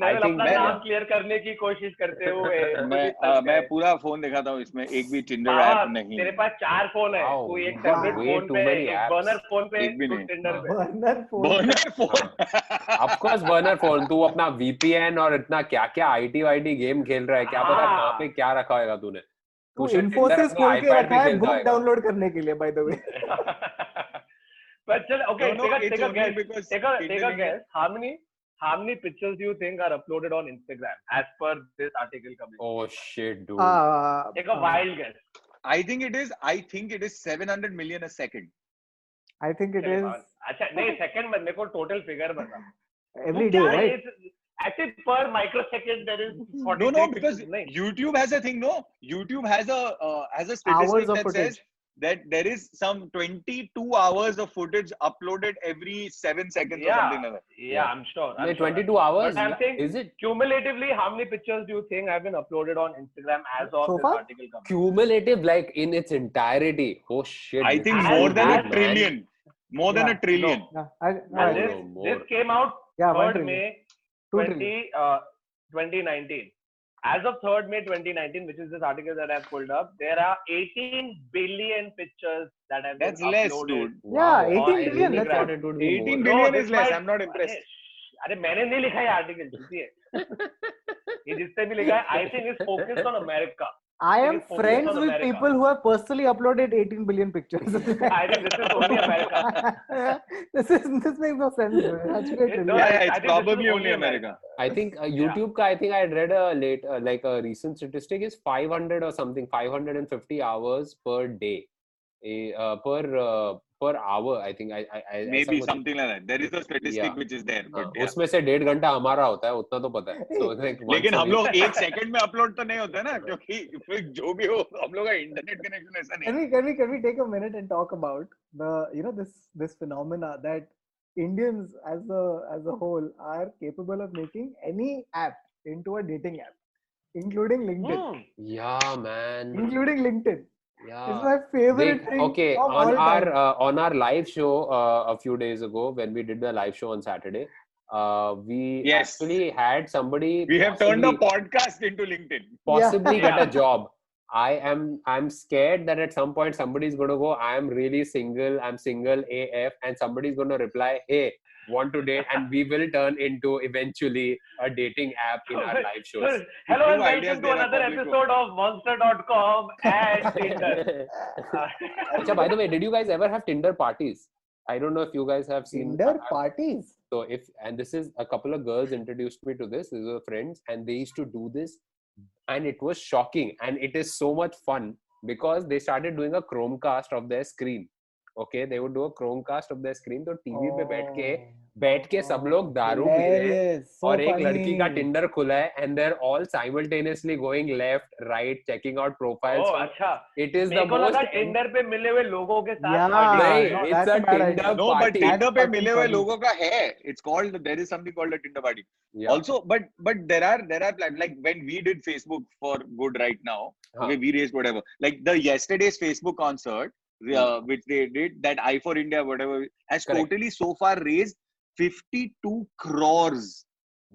E: Neville
C: think
E: अपना
A: मैं-
E: नाम clear करने की कोशिश करते हुए.
A: मैं अ, uh, मैं पूरा फोन दिखाता हूँ इसमें एक भी टिंडर
E: हाँ,
A: ऐप नहीं
E: तेरे पास चार फोन है
C: Wow,
E: तू एक
C: wow,
E: separate
C: way
E: phone
C: too
E: पे
C: many
E: एक
C: apps.
E: बर्नर फोन पे
A: एक भी
E: एक
A: नहीं,
E: टिंडर पे
B: Burner phone.
A: Burner phone
C: Of course, burner phone. तू अपना VPN और इतना क्या क्या IT वाईटी गेम खेल रहा है क्या पता
E: हाँ।
C: कहाँ पे क्या रखा होगा तूने
B: तू
C: तू should Tinder
B: इन्फोसिस
C: अपना
B: तो खोल के
C: iPad
B: रखा
C: भी
B: है
C: खेलता
B: बुक
C: होगा।
B: डाउनलोड करने के लिए बाय द वे
E: but चल okay
A: No, no,
E: take a
A: it's
E: take a
A: only
E: guess
A: because
E: take a take a
A: Tinder-
E: guess how many how many pictures do you think are uploaded on Instagram as per this article coming
C: Oh shit, dude.
B: हाँ।
E: take a
A: Oh.
E: wild guess
A: I think it is I think it is 700 million a second.
B: I think it
E: चल,
B: is
E: बात- अच्छा नहीं second मत मेरे को total figure बता
B: every day right
E: ऐसे पर micro second there is
A: No, no, because
E: नहीं
A: YouTube has a thing. No, YouTube has a uh, has a statistic
B: Hours of
A: that says
B: footage.
A: that there is some 22 hours of footage uploaded every seven seconds or
E: Yeah.
A: something like that.
E: yeah i'm sure I'm
C: नहीं,
E: sure.
C: 22 hours.
E: But I'm saying-
C: Is it
E: cumulatively how many pictures do you think have been uploaded on Instagram as of
B: So
E: this
B: far?
E: article comes
C: cumulative like in its entirety? Oh shit.
A: I
C: this
A: think
C: is
A: more
E: And
A: than
E: that-
A: a
C: man.
A: trillion. More than a
B: Yeah.
A: trillion.
C: No,
E: And
C: no,
E: this,
C: more.
E: this came out
B: या
E: 3rd May
B: Two
E: 20, uh, 2019. As of 3rd May 2019, which is this article that I've pulled up, there are 18 billion pictures that have
A: That's
E: been
A: less,
E: uploaded.
A: dude.
B: Yeah, 18
C: I really
B: billion, that's
C: thought
E: what-
C: it would be
A: 18
C: more.
A: billion
E: this
A: is less.
E: might-
A: I'm not
E: अरे,
A: impressed.
E: अरे मैंने नहीं लिखा ये article है ये जिसने भी लिखा है I think is focused on America
B: I
E: It
B: am
E: is focused
B: friends
E: on
B: with
E: America.
B: people who have personally uploaded 18 billion pictures.
E: I think this is only America
B: this is this makes no sense. man. Actually,
E: It
B: really-
E: No, does.
A: yeah,
E: I-
A: yeah,
E: I
A: it's
E: think this is
A: probably
E: only
A: only America.
C: I think uh, YouTube का I think I had read a late uh, like a recent statistic is 500 or something 550 hours per day eh, uh, per uh, per hour I think I I, I ऐसा
A: Maybe
C: कुछ-
A: something like that. There is a statistic
C: Yeah.
A: which is there.
C: हाँ,
A: But yeah.
C: उसमें से डेढ़ घंटा हमारा होता है उतना तो पता है So, like, once
A: लेकिन
C: a
A: हम
C: week-
A: लोग एक सेकंड में अपलोड तो नहीं होता ना क्योंकि फिर जो भी हो हम लोग का इंटरनेट कनेक्शन ऐसा नहीं
B: Can we can we can we take a minute and talk about the you know this this phenomena that Indians as a as a whole are capable of making any app into a dating app, including LinkedIn,
E: Hmm.
C: yeah man
B: including LinkedIn. It's
C: Yeah.
B: my favorite
C: Wait,
B: thing.
C: Uh, okay,
B: of
C: on
B: all
C: our
B: time.
C: uh, on our live show uh, a few days ago when we did the live show on Saturday, uh, we
A: Yes.
C: actually had somebody.
A: We have turned a
C: possibly-
A: podcast into LinkedIn.
C: possibly
E: Yeah.
C: get a job i am i'm scared that at some point somebody's going to go i am really single i'm single af and somebody's going to reply hey want to date and we will turn into eventually a dating app in our live shows
E: Hello and
A: New ideas
E: welcome to
A: there are
E: another
A: public
E: episode of Monster.com and Tinder.
C: Acha, by the way did you guys ever have tinder parties i don't know if you guys have seen
B: Tinder
C: I- I-
B: parties.
C: so if and this is a couple of girls introduced me to this these were friends and they used to do this and it was shocking and it is so much fun because they started doing a chromecast of their screen okay they would do a chromecast of their screen तो TV पे बैठ के बैठ के सब लोग दारू P रहे हैं
B: Oh, Hilarious, so
C: और एक लड़की का
B: funny.
C: टिंडर खुला है and there all simultaneously going left right checking out
E: Oh,
C: profiles
E: अच्छा
C: इट इज द
E: मेरे को लगा
C: मोस्ट
E: टिंडर पे मिले हुए लोगों के साथ
B: Yeah.
E: party.
B: Ah, No,
C: नहीं
B: that's
C: it's a
B: a bad idea.
C: Tinder
A: No, but
C: party
A: Tinder पे
B: fucking
A: मिले हुए
B: funny.
A: लोगों का है. It's called there is something called a Tinder party. Also, but but there are there are plat- like when we did Facebook for good right now.
C: Huh.
A: Okay, we raised whatever. Like the yesterday's Facebook concert, uh, which they did that I for India whatever has
C: Hmm. Correct.
A: totally so far raised fifty two crores.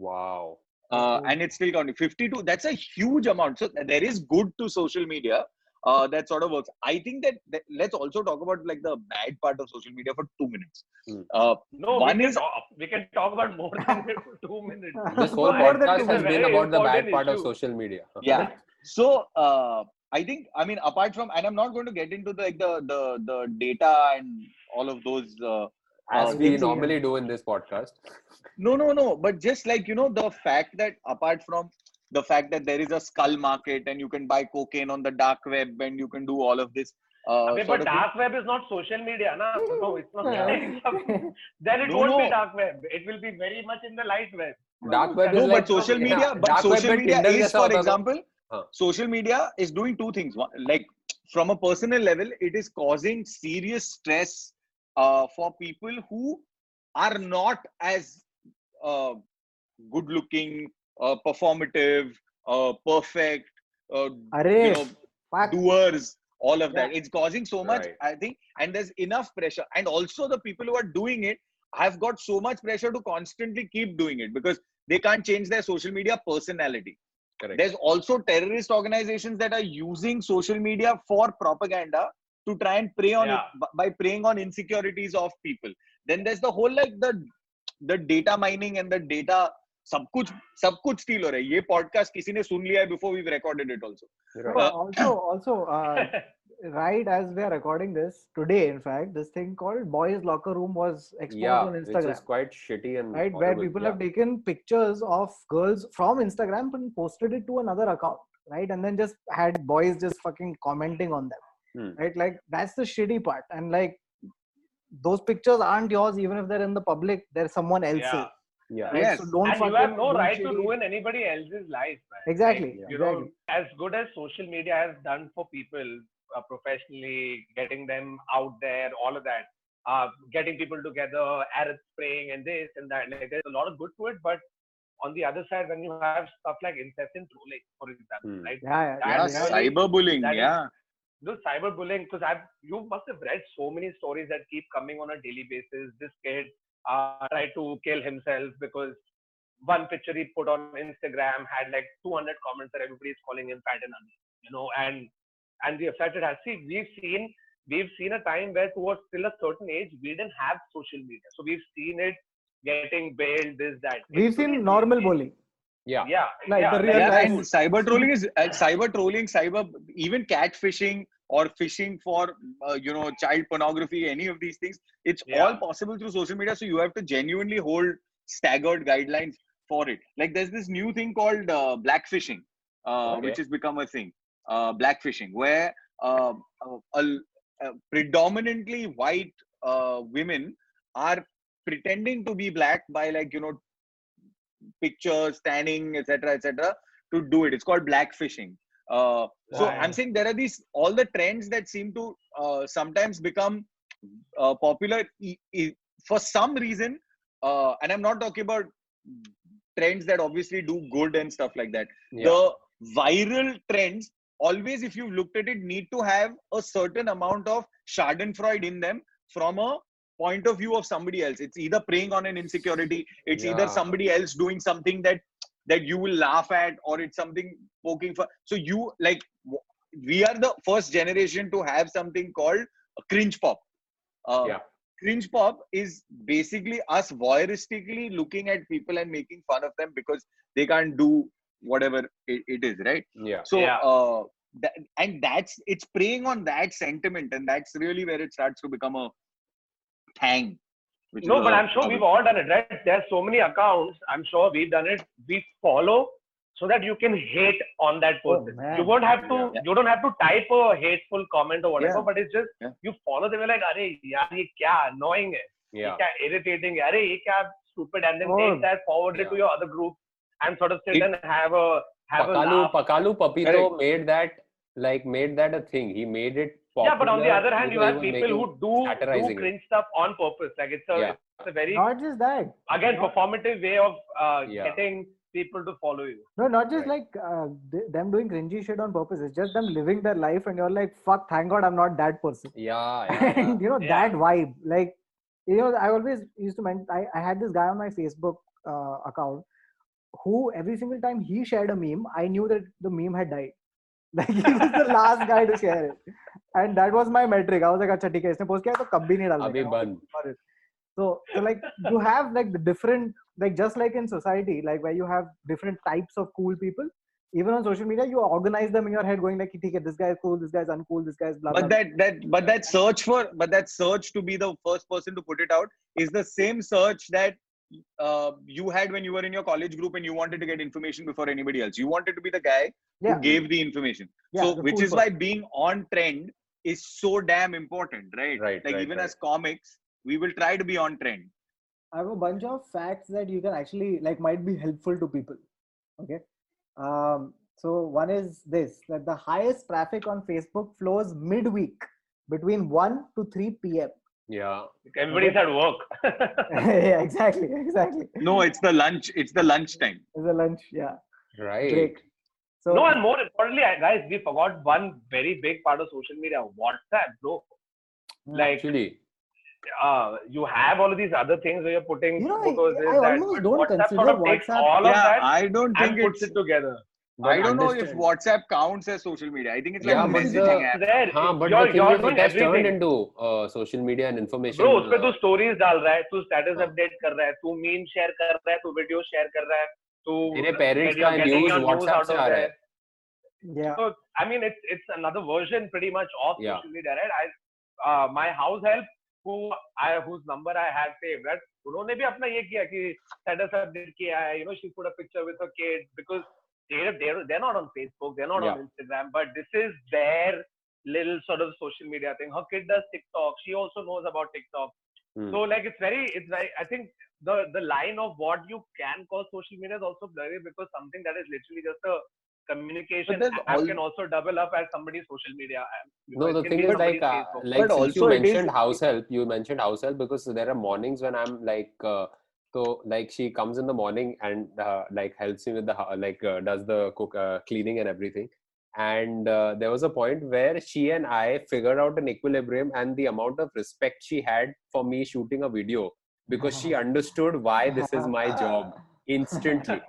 C: wow
A: uh,
B: Mhm.
A: and it's still counting 52 that's a huge amount so there is good to social media uh, that sort of works i think that, that- let's also talk about like the bad part of social media for two minutes
C: Hmm.
A: uh,
E: No,
A: One
E: we
A: is-
E: can talk, we can talk about more than two minutes.
C: this whole
E: More than
C: podcast
E: two
C: has been
E: minutes. Very
C: about the bad
E: important
C: part of
E: issue.
C: social media
A: yeah so uh, i think i mean apart from and i'm not going to get into the, like the the the data and all of those uh,
C: as
A: Uh,
C: we
B: it's-
C: normally do in this podcast
A: no no no but just like you know the fact that apart from the fact that there is a skull market and you can buy cocaine on the dark web and you can do all of this uh,
E: Okay,
A: sort
E: but
A: of-
E: dark web is not social media, na? No, it's not. then it
A: No,
E: won't be
A: no.
E: dark web. It will be very much in the light web.
C: dark web
A: no,
C: is
A: but
C: like
A: social
C: yeah,
A: media, but
C: dark web
A: social
C: पे
A: media
C: Tinder
A: is,
C: जैसा
A: for
C: होता था।
A: example,
C: हाँ.
A: social media is doing two things. One, like from a personal level, it is causing serious stress uh, for people who are not as uh, good looking, uh, performative, uh, perfect, uh,
B: Arey,
A: you know,
B: fuck.
A: doers all of that it's causing so much
C: Right.
A: i think and there's enough pressure and also the people who are doing it have got so much pressure to constantly keep doing it because they can't change their social media personality
C: Correct.
A: there's also terrorist organizations that are using social media for propaganda to try and prey on
E: Yeah.
A: b- by preying on insecurities of people then there's the whole like the the data mining and the data सब कुछ सब कुछ steal हो रहा है ये podcast किसी ने सुन लिया है before we've recorded it also
B: No,
C: Right.
B: also, also, uh, right as we are recording this today, in fact, this thing called Boys Locker Room was exposed
C: yeah
B: on
C: which
B: Instagram.
C: is quite shitty and
B: right where
C: horrible.
B: people
C: Yeah.
B: have taken pictures of girls from instagram and posted it to another account right and then just had boys just fucking commenting on them
C: Hmm.
B: right like that's the shitty part and like those pictures aren't yours even if they're in the public they're someone else's
E: Yeah.
C: yeah
B: right
A: Yes.
B: so don't
E: and
B: fucking
E: you have no
B: do
E: right to
B: shitty-
E: ruin anybody else's life. Man.
B: Exactly,
E: Like, you know,
B: exactly.
E: as good as social media has done for people uh, professionally, getting them out there, all of that, uh, getting people together, Arab Spring and this and that. Like, there's a lot of good to it, but on the other side, when you have stuff like incessant trolling, for example,
C: Hmm.
E: right?
B: yeah, yeah,
A: yeah,
E: That
B: yeah,
E: is-
A: cyberbullying
E: that is-
A: yeah
E: the cyberbullying because I've you must have read so many stories that keep coming on a daily basis. This kid uh, tried to kill himself because one picture he put on Instagram had like 200 comments that everybody's calling him fat and ugly, you know, and and the effect it has. See, we've seen we've seen a time where towards till a certain age we didn't have social media, so we've seen it getting bailed this that.
B: we've seen normal bullying
C: yeah
E: Yeah,
B: Like
E: yeah,
B: the real
A: yeah,
B: life.
A: and cyber trolling is uh, cyber trolling, cyber even catfishing or phishing for uh, you know child pornography, any of these things. It's
E: Yeah.
A: all possible through social media. So you have to genuinely hold staggered guidelines for it. Like there's this new thing called uh, blackfishing, uh,
C: Okay.
A: which has become a thing. Uh, blackfishing, where uh, uh, a, uh, predominantly white uh, women are pretending to be black by like you know pictures, tanning, etc., etc., to do it. It's called black fishing. Uh, so
E: Right.
A: I'm saying there are these all the trends that seem to uh, sometimes become uh, popular e- e- for some reason, uh, and I'm not talking about trends that obviously do good and stuff like that.
C: yeah.
A: The viral trends always, if you've looked at it, need to have a certain amount of Schadenfreude in them from a point of view of somebody else. It's either preying on an insecurity, it's either
C: Yeah.
A: somebody else doing something that that you will laugh at, or it's something poking for. So you like w- we are the first generation to have something called cringe pop. Uh,
C: Yeah.
A: Cringe pop is basically us voyeuristically looking at people and making fun of them because they can't do whatever it, it is, right?
C: yeah.
A: So,
E: Yeah.
A: uh, that, and that's it's preying on that sentiment, and that's really where it starts to become a thang. which
E: No,
A: is
E: but
A: a-
E: I'm sure
A: a-
E: we've all done it, right? There's so many accounts. I'm sure we've done it. We follow so that you can hate on
B: Oh,
E: that person.
B: man.
E: you won't have to.
A: Yeah.
E: You don't have to type a hateful comment or whatever.
A: Yeah.
E: But it's just
A: Yeah.
E: you follow them. You're like, अरे यार ये क्या annoying है? ये
C: Yeah.
E: क्या irritating है? अरे ये क्या stupid? And then
B: Oh.
E: take that forward it to your other group and sort of sit
A: It-
E: and have a have a
C: Pakalu
E: laugh.
C: Pakalu Papito
A: Correct.
C: made that like made that a thing. He made it popular.
E: yeah, but on the other hand, you
C: because
E: have
C: he was
E: people who
C: making-
E: do do
C: satirizing it.
E: cringe stuff on purpose. Like it's a
C: Yeah.
E: it's a very
B: Not just that.
E: again performative way of uh,
C: Yeah.
E: getting people to follow you.
B: No, not just like uh, th- them doing cringy shit on purpose. It's just them living their life, and you're like, fuck, thank God I'm not that person.
C: Yeah, yeah, yeah.
B: and you know
E: Yeah.
B: that vibe like you know i always used to mention I, I had this guy on my facebook uh, account who every single time he shared a meme i knew that the meme had died like he was the last guy to share it and that was my metric i was like acha theek hai isne post kiya hai, to kabhi nahi
C: Abhi
B: dalna
C: ban.
B: so, so like you have like the different like just like in society like where you have different types of cool people even on social media you organize them in your head going like "Theek hai, this guy is cool this guy is uncool this guy is blah blah
A: but that that but that search for but that search to be the first person to put it out is the same search that uh, you had when you were in your college group and you wanted to get information before anybody else. You wanted to be the guy
B: Yeah.
A: who gave the information.
B: Yeah,
A: so,
B: the
A: which
B: cool
A: is why being on trend is so damn important, right?
C: Right,
A: Like
C: right,
A: even
C: right.
A: as comics, we will try to be on trend.
B: I have a bunch of facts that you can actually like might be helpful to people. Okay. Um, so one is this that the highest traffic on Facebook flows midweek between 1 to 3 p.m.
C: Yeah.
E: Everybody's at work.
B: yeah, exactly, exactly.
A: No, it's the lunch. It's the lunch time.
B: It's a lunch, yeah.
C: Right.
B: Break. So
E: no, and more importantly, I- guys, we forgot one very big part of social media WhatsApp, bro.
C: Hmm.
E: Like,
C: Actually.
E: uh, you have all of these other things where you're putting
B: You know, I-
E: photos. this,
B: I
E: that,
B: almost
E: but
B: don't
E: WhatsApp sort
B: consider
E: of takes
B: WhatsApp-
E: all of
A: yeah,
E: that
A: I don't think
E: and puts
A: it's.
E: it together.
A: I don't know if
C: understand.
A: WhatsApp counts as social media. I think it's like
C: Yeah,
A: a
C: but the-
A: messaging app.
E: There,
C: हाँ, but
E: you're,
C: the thing
E: you're
C: is,
E: doing
C: it has turned
E: everything.
C: into uh, social media and information.
E: Bro उस पे
C: uh,
E: तू stories डाल रहा है तू status
C: हाँ।
E: Update कर रहा है तू मीम शेयर कर रहा है तू वीडियो शेयर कर रहा है तू
C: तेरे parents
E: you're
C: का
E: getting
C: news
E: your news
C: WhatsApp
E: out
C: से
E: of
C: आ रहा
E: there.
C: है.
B: yeah.
E: So I mean, it's it's another version pretty much of
C: Yeah.
E: social media, right? I, uh, my house help who I whose number I had saved, right? उन्होंने भी अपना ये किया कि status update किया है, you know, she put a picture with her kid because they're they're they're not on Facebook, they're not on Instagram, but this is their little sort of social media thing. Her kid does TikTok, she also knows about TikTok.
C: Hmm.
E: So like it's very it's very I think the the line of what you can call social media is also blurry because something that is literally just a
A: But
E: communication
A: there's
E: app
A: al-
E: can also double up as somebody's social media. app. You know,
C: No,
E: it
C: the
E: can
C: thing
E: be
C: is like,
E: somebody's
C: uh,
E: Facebook.
C: like
A: But
C: since you
A: also it is-
C: mentioned house help, you mentioned house help because there are mornings when I'm like, uh, so like she comes in the morning and uh, like helps me with the hou- like uh, does the cook uh, cleaning and everything. And uh, there was a point where she and I figured out an equilibrium and the amount of respect she had for me shooting a video because she understood why this is my job instantly.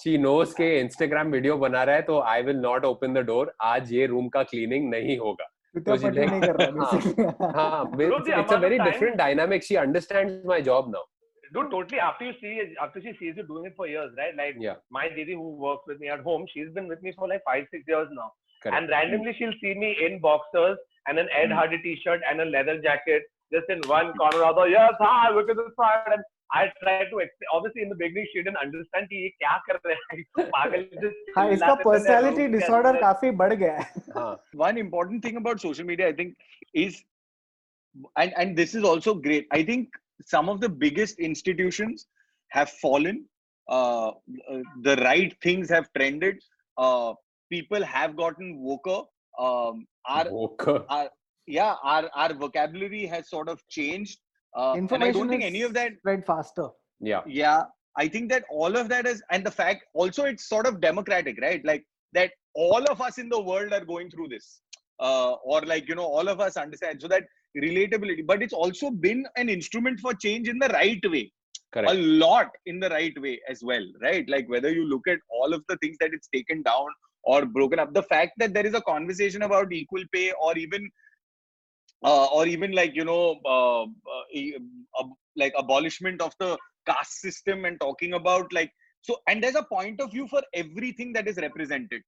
C: she knows के Instagram video बना रहा है तो I will not open the door. आज ये room का cleaning नहीं होगा.
B: Twitter
C: Because you
B: पर ये
C: like-
B: तो नहीं कर रहा
C: हाँ,
B: basically.
C: हाँ, but
E: Bro,
C: it's, it's a
E: the amount of
C: very
E: time-
C: different dynamic. She understands my job now.
E: Dude, totally after you see after she sees you doing it for years, right? Like
C: Yeah,
E: my didi who works with me at home, she's been with me for like five, six years now.
C: correct. Mm-hmm.
E: And randomly she'll see me in boxers and an Ed
A: Mm.
E: Hardy t-shirt and a leather jacket just in one corner or the yes, hi, look at this part. And I tried to explain. Obviously, in the beginning, she didn't understand कि ये क्या कर रहे हैं पागल just
B: हाँ इसका
E: चिल्लाते थे,
B: पर्सनैलिटी
E: लोग
B: डिसऑर्डर
E: कैसे-
B: काफी बढ़ गया है
C: हाँ,
A: one important thing about social media i think is and and this is also great i think some of the biggest institutions have fallen uh, uh, the right things have trended uh, people have gotten woker um, our
C: woke.
A: yeah our our vocabulary has sort of changed uh, and i don't
B: information
A: think
B: is
A: any of that
B: spread faster
C: Yeah,
A: yeah i think that all of that is and the fact also it's sort of democratic right like that all of us in the world are going through this uh, or like you know all of us understand so that relatability but it's also been an instrument for change in the right way
C: Correct.
A: a lot in the right way as well right like whether you look at all of the things that it's taken down or broken up the fact that there is a conversation about equal pay or even uh, or even like you know uh, uh, e- ab- like abolishment of the caste system and talking about like so and there's a point of view for everything that is represented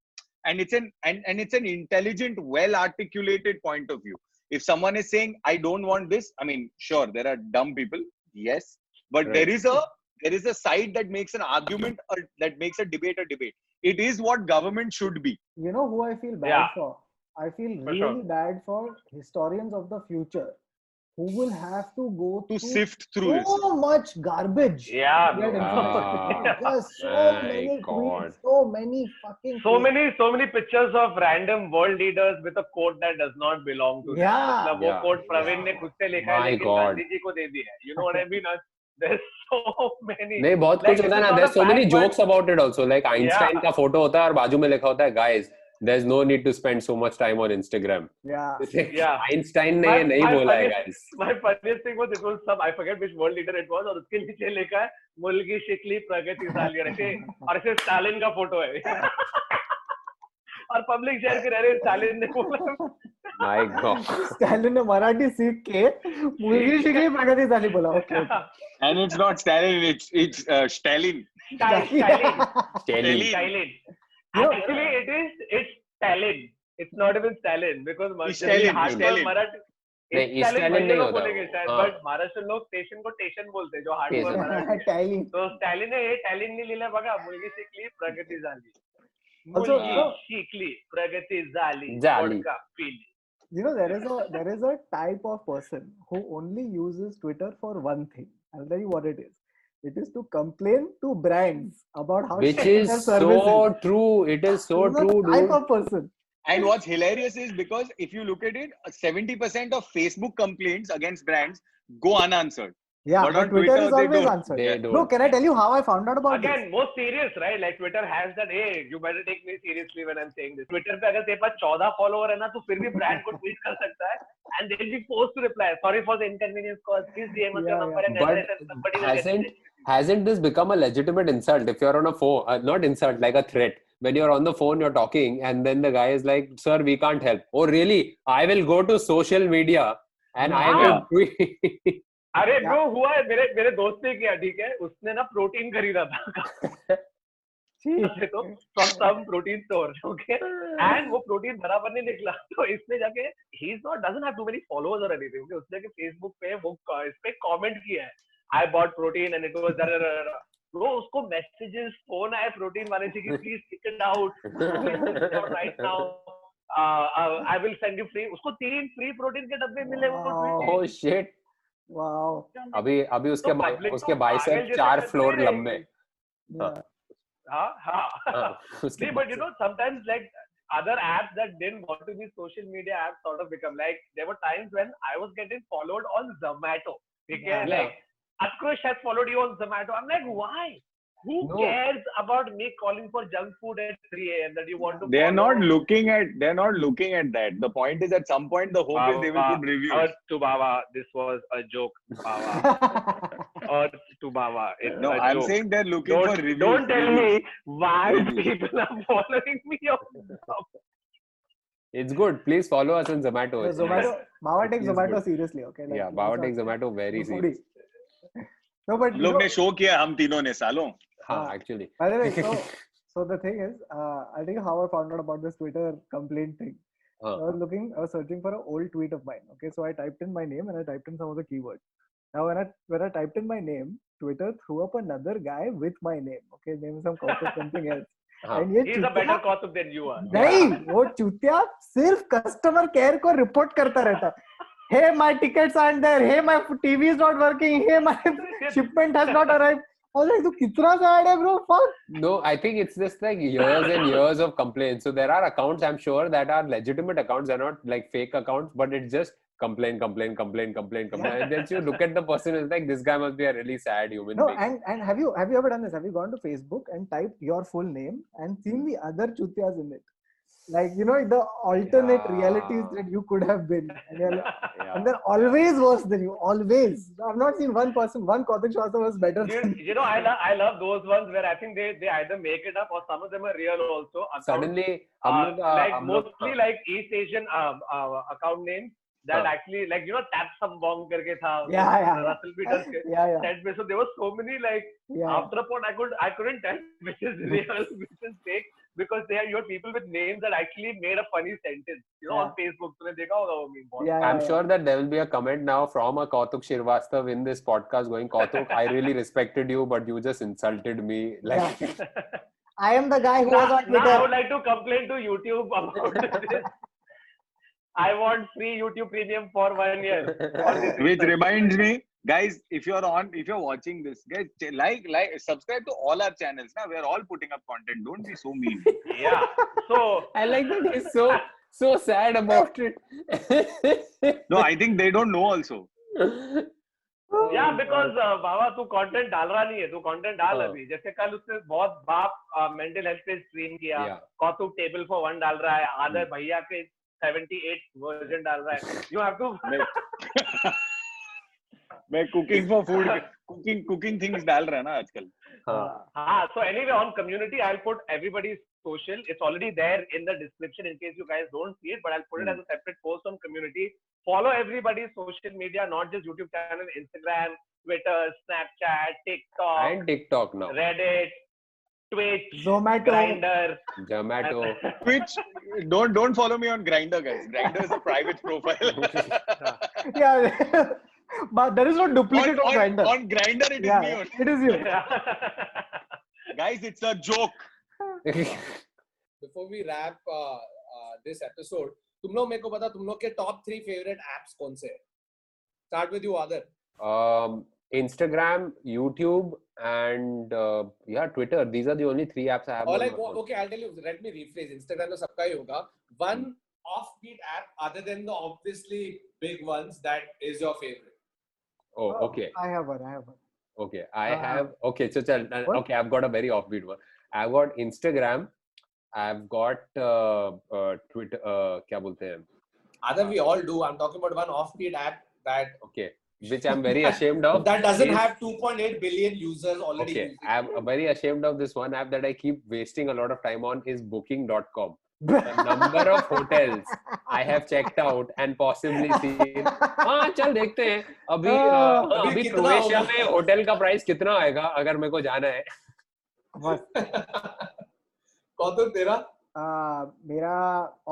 A: and it's an and, and it's an intelligent well articulated point of view if someone is saying i don't want this i mean sure there are dumb people yes but
C: Right.
A: there is a there is a side that makes an argument or that makes a debate a debate it is what government should be
B: You know who I feel bad
E: Yeah.
B: for? I feel
E: For
B: really
E: sure.
B: bad for historians of the future who will have to go
A: to
B: through
A: sift through
B: so
A: this
B: much garbage.
E: Yeah,
B: to
E: bro.
B: get information.
C: Ah,
B: There's so
C: my
B: many
C: God.
B: tweets, so many fucking.
E: So
B: things.
E: many, so many pictures of random world leaders with a coat that does not belong to them.
B: Yeah.
E: मतलब वो
C: Yeah.
E: Coat Praveen
C: Yeah.
E: ने खुद से लिखा है
C: My
E: लेकिन
C: God.
E: Gandhi ji को दे दी है. You know what I mean? There's so many.
C: नहीं बहुत
E: Like,
C: कुछ होता है
E: this
C: ना
E: is
C: there
E: not a
C: so many
E: fact, but-
C: jokes about it also like Einstein
E: Yeah.
C: का फोटो होता है और बाजू में लिखा होता है guys there is no need to spend so much time on Instagram
B: Yeah.
E: Yeah.
C: Einstein ने ये
E: My-
C: नहीं
E: my
C: बोला है
E: funniest-
C: guys
E: My funniest thing was it was some I forget which world leader it was और उसके नीचे लिखा है मुर्गी शिकली प्रगति साल ऐसे और ऐसे स्टालिन का फोटो है और पब्लिक शेयर कर रहे स्टालिन ने बोला
C: माय गॉड
B: स्टॅलिन मराठी सीख के मुलगी शिकली प्रगती झाली बोला okay
A: and it's not Stalin, it's it's uh, Stalin.
E: Stalin Stalin
A: Stalin.
E: Stalin.
B: No.
E: Actually, it is it's Stalin. It's not even Stalin because
A: Stalin,
E: Maharashtra
A: Stalin.
E: Marathi.
C: नहीं,
E: it's
C: इस Stalin
E: भाई
C: नहीं
E: लोग
C: होता
E: बोलेंगे
C: वो,
E: शायद
C: हाँ।
E: बट महाराष्ट्र लोग स्टेशन को स्टेशन बोलते हैं जो हार्डकोर
C: Station.
E: मराठी आहे.
B: टॅलिंग
E: तो स्टॅलिन हे टॅलिनने लिहिलं बघा मुलगी शिकली प्रगती झाली
B: Also,
E: मुलगी
B: you know-
E: शिकली प्रगती झाली
C: झाली.
E: वोडका पिली.
B: you know there is a there is a type of person who only uses twitter for one thing i'll tell you what it is it is to complain to brands about how
C: which
B: shit
C: is
B: their service
C: so
B: is.
C: True it is so
B: This is a
C: true
B: type
C: dude
B: of person
A: And what's hilarious is because if you look at it, 70% of Facebook complaints against brands go unanswered.
B: yeah
A: But
B: but,
A: on
B: twitter,
A: Twitter,
B: is
A: they
B: always
A: don't.
B: answered
C: They
B: bro
C: don't.
B: can i tell you how i found out about
E: Again, most serious, right? Like Twitter has that. Hey, you better take me seriously when I'm saying this. Twitter पे अगर तेरे पास 14 follower है ना, तो फिर भी brand को tweet कर सकता है, and they'll be forced to reply. Sorry for the inconvenience caused. Please DM us your
B: Yeah,
E: number and
C: yeah.
E: address,
C: But
E: and somebody will get
C: hasn't
E: it.
C: hasn't this become a legitimate insult if you're on a phone uh, not insult like a threat when you're on the phone you're talking and then the guy is like sir we can't help oh really i will go to social media and i will tweet
E: अरे
B: Yeah.
E: bro, हुआ है मेरे मेरे दोस्त ने किया, ठीक है? उसने ना प्रोटीन खरीदा था
B: this
E: से तो from some protein store, okay? And वो प्रोटीन बराबर नहीं निकला, तो इसने जाके he's not doesn't have too many followers or anything, okay? उसने जाके Facebook पे वो इस पे comment किया है, I bought protein and it was da da da da. Bro, उसको messages, phone आए protein वाले से कि please take it out, right now. Uh, uh, I will send you free. उसको तीन free protein के डब्बे मिले वो
B: Wow.
E: tweet
C: oh shit
B: wow
C: अभी अभी उसके
E: तो
C: बाइ-
E: public को
C: उसके
E: पागल
C: बाइसेप
E: जैसा
C: चार
E: करते
C: फ्लोर
E: रहेंगे।
C: लंबे
B: yeah.
E: हाँ हाँ
C: हाँ, उसके
E: See, but you
C: bicep-
E: know, sometimes like other apps that didn't want to be social media apps sort of become like there were times when I was getting followed on Zomato. Okay,
B: Yeah.
E: like Atkush has followed you on Zomato. I'm like, why? Who
C: No.
E: cares about me calling for junk food at 3 a.m. that you want to?
A: They are
E: follow?
A: not looking at they're not looking at that. The point is at some point the hope is they will
E: Wow.
A: put reviews.
E: Earth to Baba, this was a joke. Baba. Earth to Baba, it's
A: no,
E: a
A: I'm
E: ah, joke.
A: saying they're looking for
E: Don't,
A: reviews.
E: don't tell
A: reviews.
E: me why
A: Reviews.
E: people are following me on
C: it's good please follow us on zomato
B: No,
C: It's
B: zomato
C: nice.
B: Bawa takes
C: He's
B: zomato
C: good.
B: seriously okay
C: yeah
B: these
C: baba
B: are
C: takes zomato very
B: nobody.
C: serious
B: no but
A: हम
B: you
A: लोग ने
B: know-
A: show किया हम तीनों ने सालों
C: हाँ,
B: हाँ.
C: actually
B: By the way, so so the thing is, uh, I'll tell you how I found out about this Twitter complaint thing.
C: हाँ,
B: I was looking, I was searching for an old tweet of mine. Okay, so I typed in my name and I typed in some of the keywords. Now when I when I typed in my name, Twitter threw up another guy with my name. Okay, his name is some Kaushik something else.
C: हाँ.
B: And ये
E: He's a better
B: चूतिया
E: gossip than you are.
B: नहीं वो चूतिया सिर्फ customer care को report करता रहता hey my tickets are there hey my TV is not working hey my shipment has not arrived और तू कितना सैड है bro fuck
C: No, I think it's just like years and years of complaints. So there are accounts I'm sure that are legitimate accounts, they're not like fake accounts, but it's just complain, complain, complain, complain, complain. And then you look at the person it's like this guy must be a really sad human
B: No,
C: being.
B: and and have you have you ever done this? Have you gone to Facebook and typed your full name and seen the other chutias in it? like you know the alternate
C: Yeah.
B: realities that you could have been and, you're like-
C: Yeah.
B: and they're always worse than you always i've not seen one person one Kautik Srivastava was better
E: you,
B: than
E: you know, I love I love those ones where I think they, they either make it up or some of them are real also. Accounts,
C: Suddenly,
E: uh,
C: हम लोग, uh, Uh.
E: like
C: हम लोग,
E: mostly like East Asian um, uh, account names that
C: Huh.
E: actually like you know tap some bomb karke tha.
B: Yeah, yeah, yeah.
E: uh, Russell Peters ke
B: yeah yeah
E: set pe. So there were so many like
B: yeah
E: after a point I could I couldn't tell which is real which is fake because they are your people with names that actually made a funny sentence. You know
B: Yeah.
E: on Facebook तूने देखा होगा वो meme बहुत.
B: yeah, yeah,
C: I'm
B: yeah.
C: sure that there will be a comment now from a Kautuk Shirvastav in this podcast going, Kautuk, I really respected you, but you just insulted me. Like,
B: I am the guy who was
E: now,
B: on
E: now I would
B: Twitter.
E: like to complain to YouTube about this. I want free YouTube Premium for one year.
A: which reminds me guys if you're on if you're watching this guys ch- like like subscribe to all our channels now we're all putting up content don't be so mean
E: Yeah. So
C: I like that he's so so sad about it.
A: no i think they don't know also
E: yeah because uh, बाबा तू content डाल रहा नहीं है तू content डाल
C: हाँ.
E: अभी जैसे कल उसने बहुत बाप मेंटल हेल्थ पे स्ट्रीम किया
C: Yeah. Hmm.
E: Kautuk table for one डाल रहा है आदर भैया के 78 वर्जन डाल रहा है यू हैव टू
A: मैं cooking for food cooking cooking things डाल रहा है ना आजकल
C: हाँ,
E: Ah, so anyway, on community, I'll put everybody's social. It's already there in the description in case you guys don't see it, but I'll put it as a separate post on community. Follow everybody's social media, not just YouTube channel, Instagram, Twitter, Snapchat, TikTok,
C: And TikTok now.
E: Reddit, Twitch,
B: Zomato.
E: Grinder.
C: Zomato.
A: which don't don't follow me on grinder guys grinder is a private profile
B: Yeah. but there is no duplicate
A: on,
B: of
A: on,
B: Grindr.
A: on grinder it is me
B: Yeah,
A: only.
B: it is you.
A: guys it's a joke
F: before we wrap uh, uh, this episode, तुम लोग मेरे को बता तुम लोग के top three favorite apps कौन से हैं? Start with you, Agar.
C: um, Instagram, YouTube, and uh, yeah, Twitter. These are the only three apps I have.
F: Or
C: on
F: like,
C: my phone.
F: okay, I'll tell you. Let me rephrase. Instagram तो सबका ही होगा. One
A: Hmm.
F: offbeat app other than the obviously big ones that is your favorite.
C: Oh, okay.
B: I have one. I have one.
C: Okay, I
B: Uh,
C: have okay. So, chal, uh,
B: what?
C: okay, I've got a very offbeat one. I've got Instagram. I've got uh, uh, Twitter. Uh, क्या बोलते हैं?
F: Other we all do. I'm talking about one offbeat app that
C: Okay, which I'm very ashamed of.
F: that doesn't
C: is-
F: have 2.8 billion users already.
C: Okay,
F: using.
C: I'm uh, very ashamed of this one app that I keep wasting a lot of time on is Booking.com. The number of hotels I have checked out and possibly seen. हाँ चल देखते हैं अभी
B: हाँ,
C: अ,
F: अभी
C: अभी
F: कितना
C: Croatia
F: होगा?
C: में होटल का प्राइस कितना आएगा अगर मेरे को जाना है
F: कौतुक तो तेरा
B: Uh, मेरा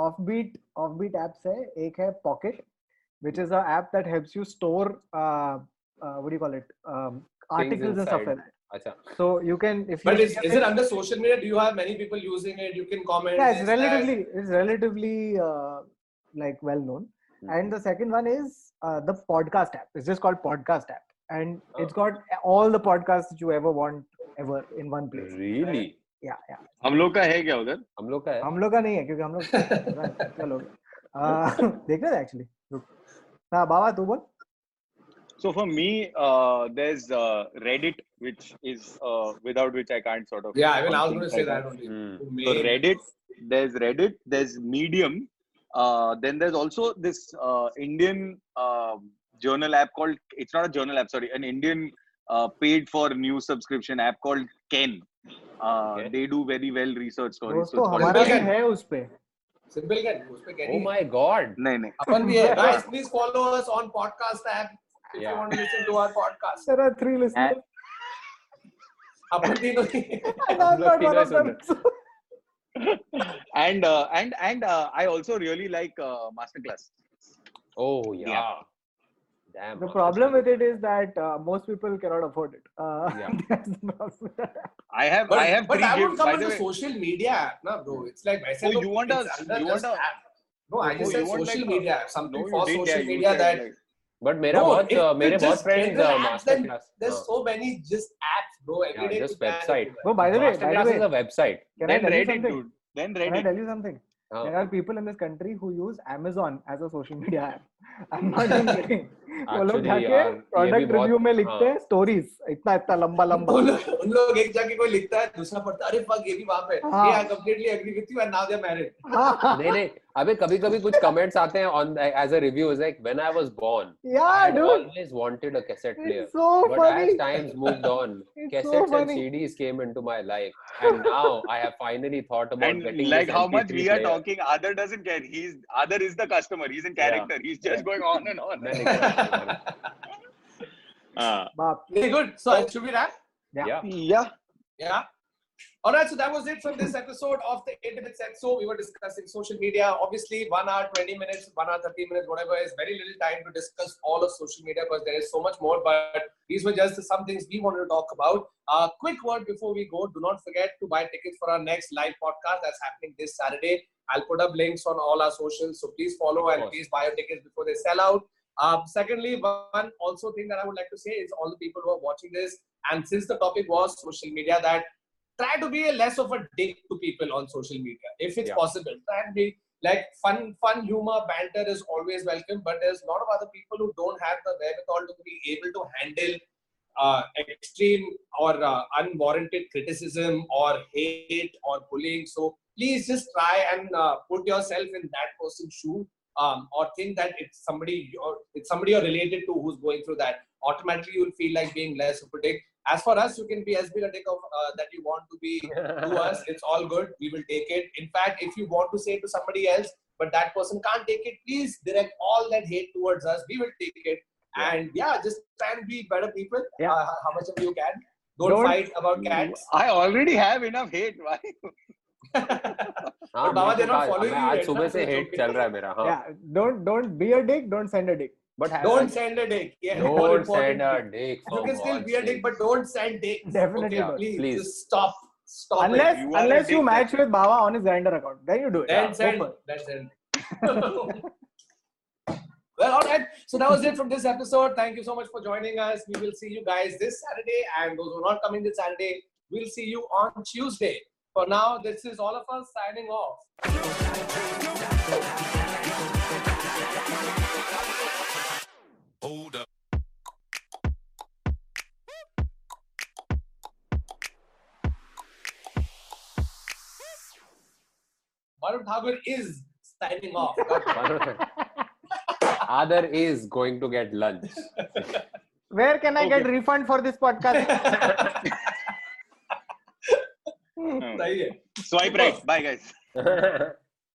B: offbeat offbeat apps है एक है Pocket, which is an app that helps you store uh, uh, what do you call it um, articles and stuff
C: inside.
B: like that.
C: अच्छा
B: So you can if
F: But
B: you
F: is, is it under social media? Do you have many people using it? You can comment.
B: yeah it's
F: this, that.
B: relatively it's relatively uh, like well known
C: Hmm.
B: and the second one is uh, the podcast app it's just called podcast app and
C: Oh.
B: it's got all the podcasts that you ever want ever in one place
C: really
B: yeah yeah
A: हम लोग का है क्या उधर
C: हम लोग का है
B: हम लोग का नहीं है क्योंकि हम लोग चलो देख रहे थे एक्चुअली हाँ बाबा तू बोल
A: So for me, uh, there's uh, Reddit, which is uh, without which I can't sort of.
F: Yeah, I mean, I was
A: think
F: going to say that
A: can't.
F: only.
C: Hmm.
A: So
F: Main-
A: Reddit, there's Reddit, there's Medium, uh, then there's also this uh, Indian uh, journal app called. It's not a journal app, sorry, an Indian uh, paid for news subscription app called Ken. Uh,
C: Okay.
A: They do very well research stories. it's
B: दोस्तों तो हमारा
A: called-
B: भी
F: Simple
B: है उस पे
F: Simple can उस पे
C: Oh
F: carry
C: my god.
A: नहीं, नहीं.
F: अपन भी है guys please follow us on podcast app if you
C: Yeah.
F: want to listen to our podcast
B: there are three listeners
F: अपन तीनों ही
B: and I'm
C: हम
B: not
C: लोग
B: one
C: तीनों
B: of them
A: And uh, and and uh, I also really like uh, Masterclass.
C: Oh yeah.
A: Yeah.
C: Damn.
B: the
C: हाँ, अच्छा। Masterclass.
B: problem with it is that uh, most people cannot afford it uh,
C: Yeah.
B: that's the problem.
A: I have
F: but
A: I have
F: but
A: three
F: I would
A: gifts.
F: come
A: By the
F: into
A: way,
F: social media app na bro it's like I said
A: Oh,
F: look,
A: you want
F: it's
A: a-
F: under
A: you
F: just
A: want a-
F: app. no I just
A: Oh,
F: said
A: you want
F: social
A: like a-
F: media app, something
A: No, you
F: for
A: didn't, yeah,
F: social
A: you
F: media
A: said
F: that
A: like-
C: But मेरा
F: No,
C: बहुत
F: if
C: uh,
F: you
C: मेरे बहुत
F: just
C: friends
F: general
C: uh,
F: apps, then
C: masterclass.
F: there's
C: हाँ.
F: so many just apps bro every
C: Yeah,
F: day
C: just
F: you can-
C: website.
B: oh by the way by the
C: Masterclass
B: way
C: is a website.
B: can I
A: Then
B: tell you
A: Reddit,
B: something
A: dude. Then
B: can I
A: Reddit.
B: tell you something
C: हाँ.
B: there are people in this country who use Amazon as a social media app I'm not even kidding वो लोग
C: Actually,
B: जाके
C: यार, ये भी
B: product
C: बहुत-
B: review में लिखते
C: हाँ।
B: हैं स्टोरीज इतना इतना लंबा लंबा
F: वो लोग उन लोग एक जाके कोई लिखता है दूसरा पढ़ता है अरे fuck ये भी वहां पे
B: हाँ।
F: ये I completely agree with you and now they are married
B: हाँ
C: नहीं नहीं अबे कभी कभी कुछ कमेंट्स आते हैं on as a review is like when I was born I
B: यार
C: had
B: dude
C: always wanted a cassette player
B: it's so
C: but
B: funny
C: as times moved on
B: it's so
C: cassettes and
B: funny
C: CDs came into my life, and now I have finally thought about
A: And
C: getting
A: like
C: this
A: how much
C: MP3
A: we are
C: player.
A: talking, Adar doesn't care. He's Adar is the customer. He's in character. He's just
C: Yeah.
A: going on and on.
C: Then exactly.
A: Uh,
B: बाप
F: Very good. So
A: Oh.
F: it should we wrap?
C: yeah,
A: yeah.
F: Yeah. All right, so that was it from this episode of the Intimate Sex. So we were discussing social media. Obviously, one hour, 20 minutes, one hour, 30 minutes, whatever is very little time to discuss all of social media because there is so much more. But these were just some things we wanted to talk about. Uh, quick word before we go do not forget to buy tickets for our next live podcast that's happening this Saturday. I'll put up links on all our socials. So please follow and
C: course.
F: please buy your tickets before they sell out. Um, secondly, one also thing that I would like to say is all the people who are watching this, and since the topic was social media, that try to be a less of a dick to people on social media if it's
C: Yeah.
F: possible. Try and be like fun, fun humor, banter is always welcome, but there's a lot of other people who don't have the wherewithal to be able to handle uh, extreme or uh, unwarranted criticism or hate or bullying. So please just try and uh, put yourself in that person's shoe um, or think that it's somebody you're, it's somebody you're related to who's going through that. Automatically, you'll feel like being less of a dick. As for us, you can be as big a dick of, uh, that you want to be to us. It's all good. We will take it. In fact, if you want to say to somebody else, but that person can't take it, please direct all that hate towards us. We will take it. And yeah, just try and be better people.
B: Yeah.
F: Uh, how much of you can. Don't,
B: Don't-
F: fight about cats.
A: I already have enough hate. Why?
C: हाँ,
F: बाबा,
C: मेरे को
F: they're not
C: आज-
F: following
C: मैं
F: you
C: आज
F: right
C: सुबह
F: now,
C: से
F: so it's
C: hate
F: okay.
C: चल रहा है मेरा हाँ
B: yeah don't don't be a dick don't send a dick
C: but has-
F: Don't send a dick. Yeah, more
C: don't
F: important.
C: send a dick
F: You
C: for
F: can still
C: God's
F: be a dick,
C: sake.
F: but don't send dick.
B: Definitely
F: okay,
B: not.
F: Please,
C: Please.
F: just stop. Stop
B: unless
A: you are a
B: unless you
A: dick,
B: match with Baba on his grinder account then you do it
F: it. Then
B: Go
F: send.
B: for it.
F: Then send. well, all right. So that was it from this episode. Thank you so much for joining us. We will see you guys this Saturday, and those who are not coming this Saturday, we'll see you on Tuesday. For now, this is all of us signing off. Varun Thakur is signing off.
C: Other is going to get lunch.
B: where can I get
A: Okay.
B: refund for this podcast
A: Hmm.
F: सही है
B: Oh.
A: Swipe right. Bye, guys.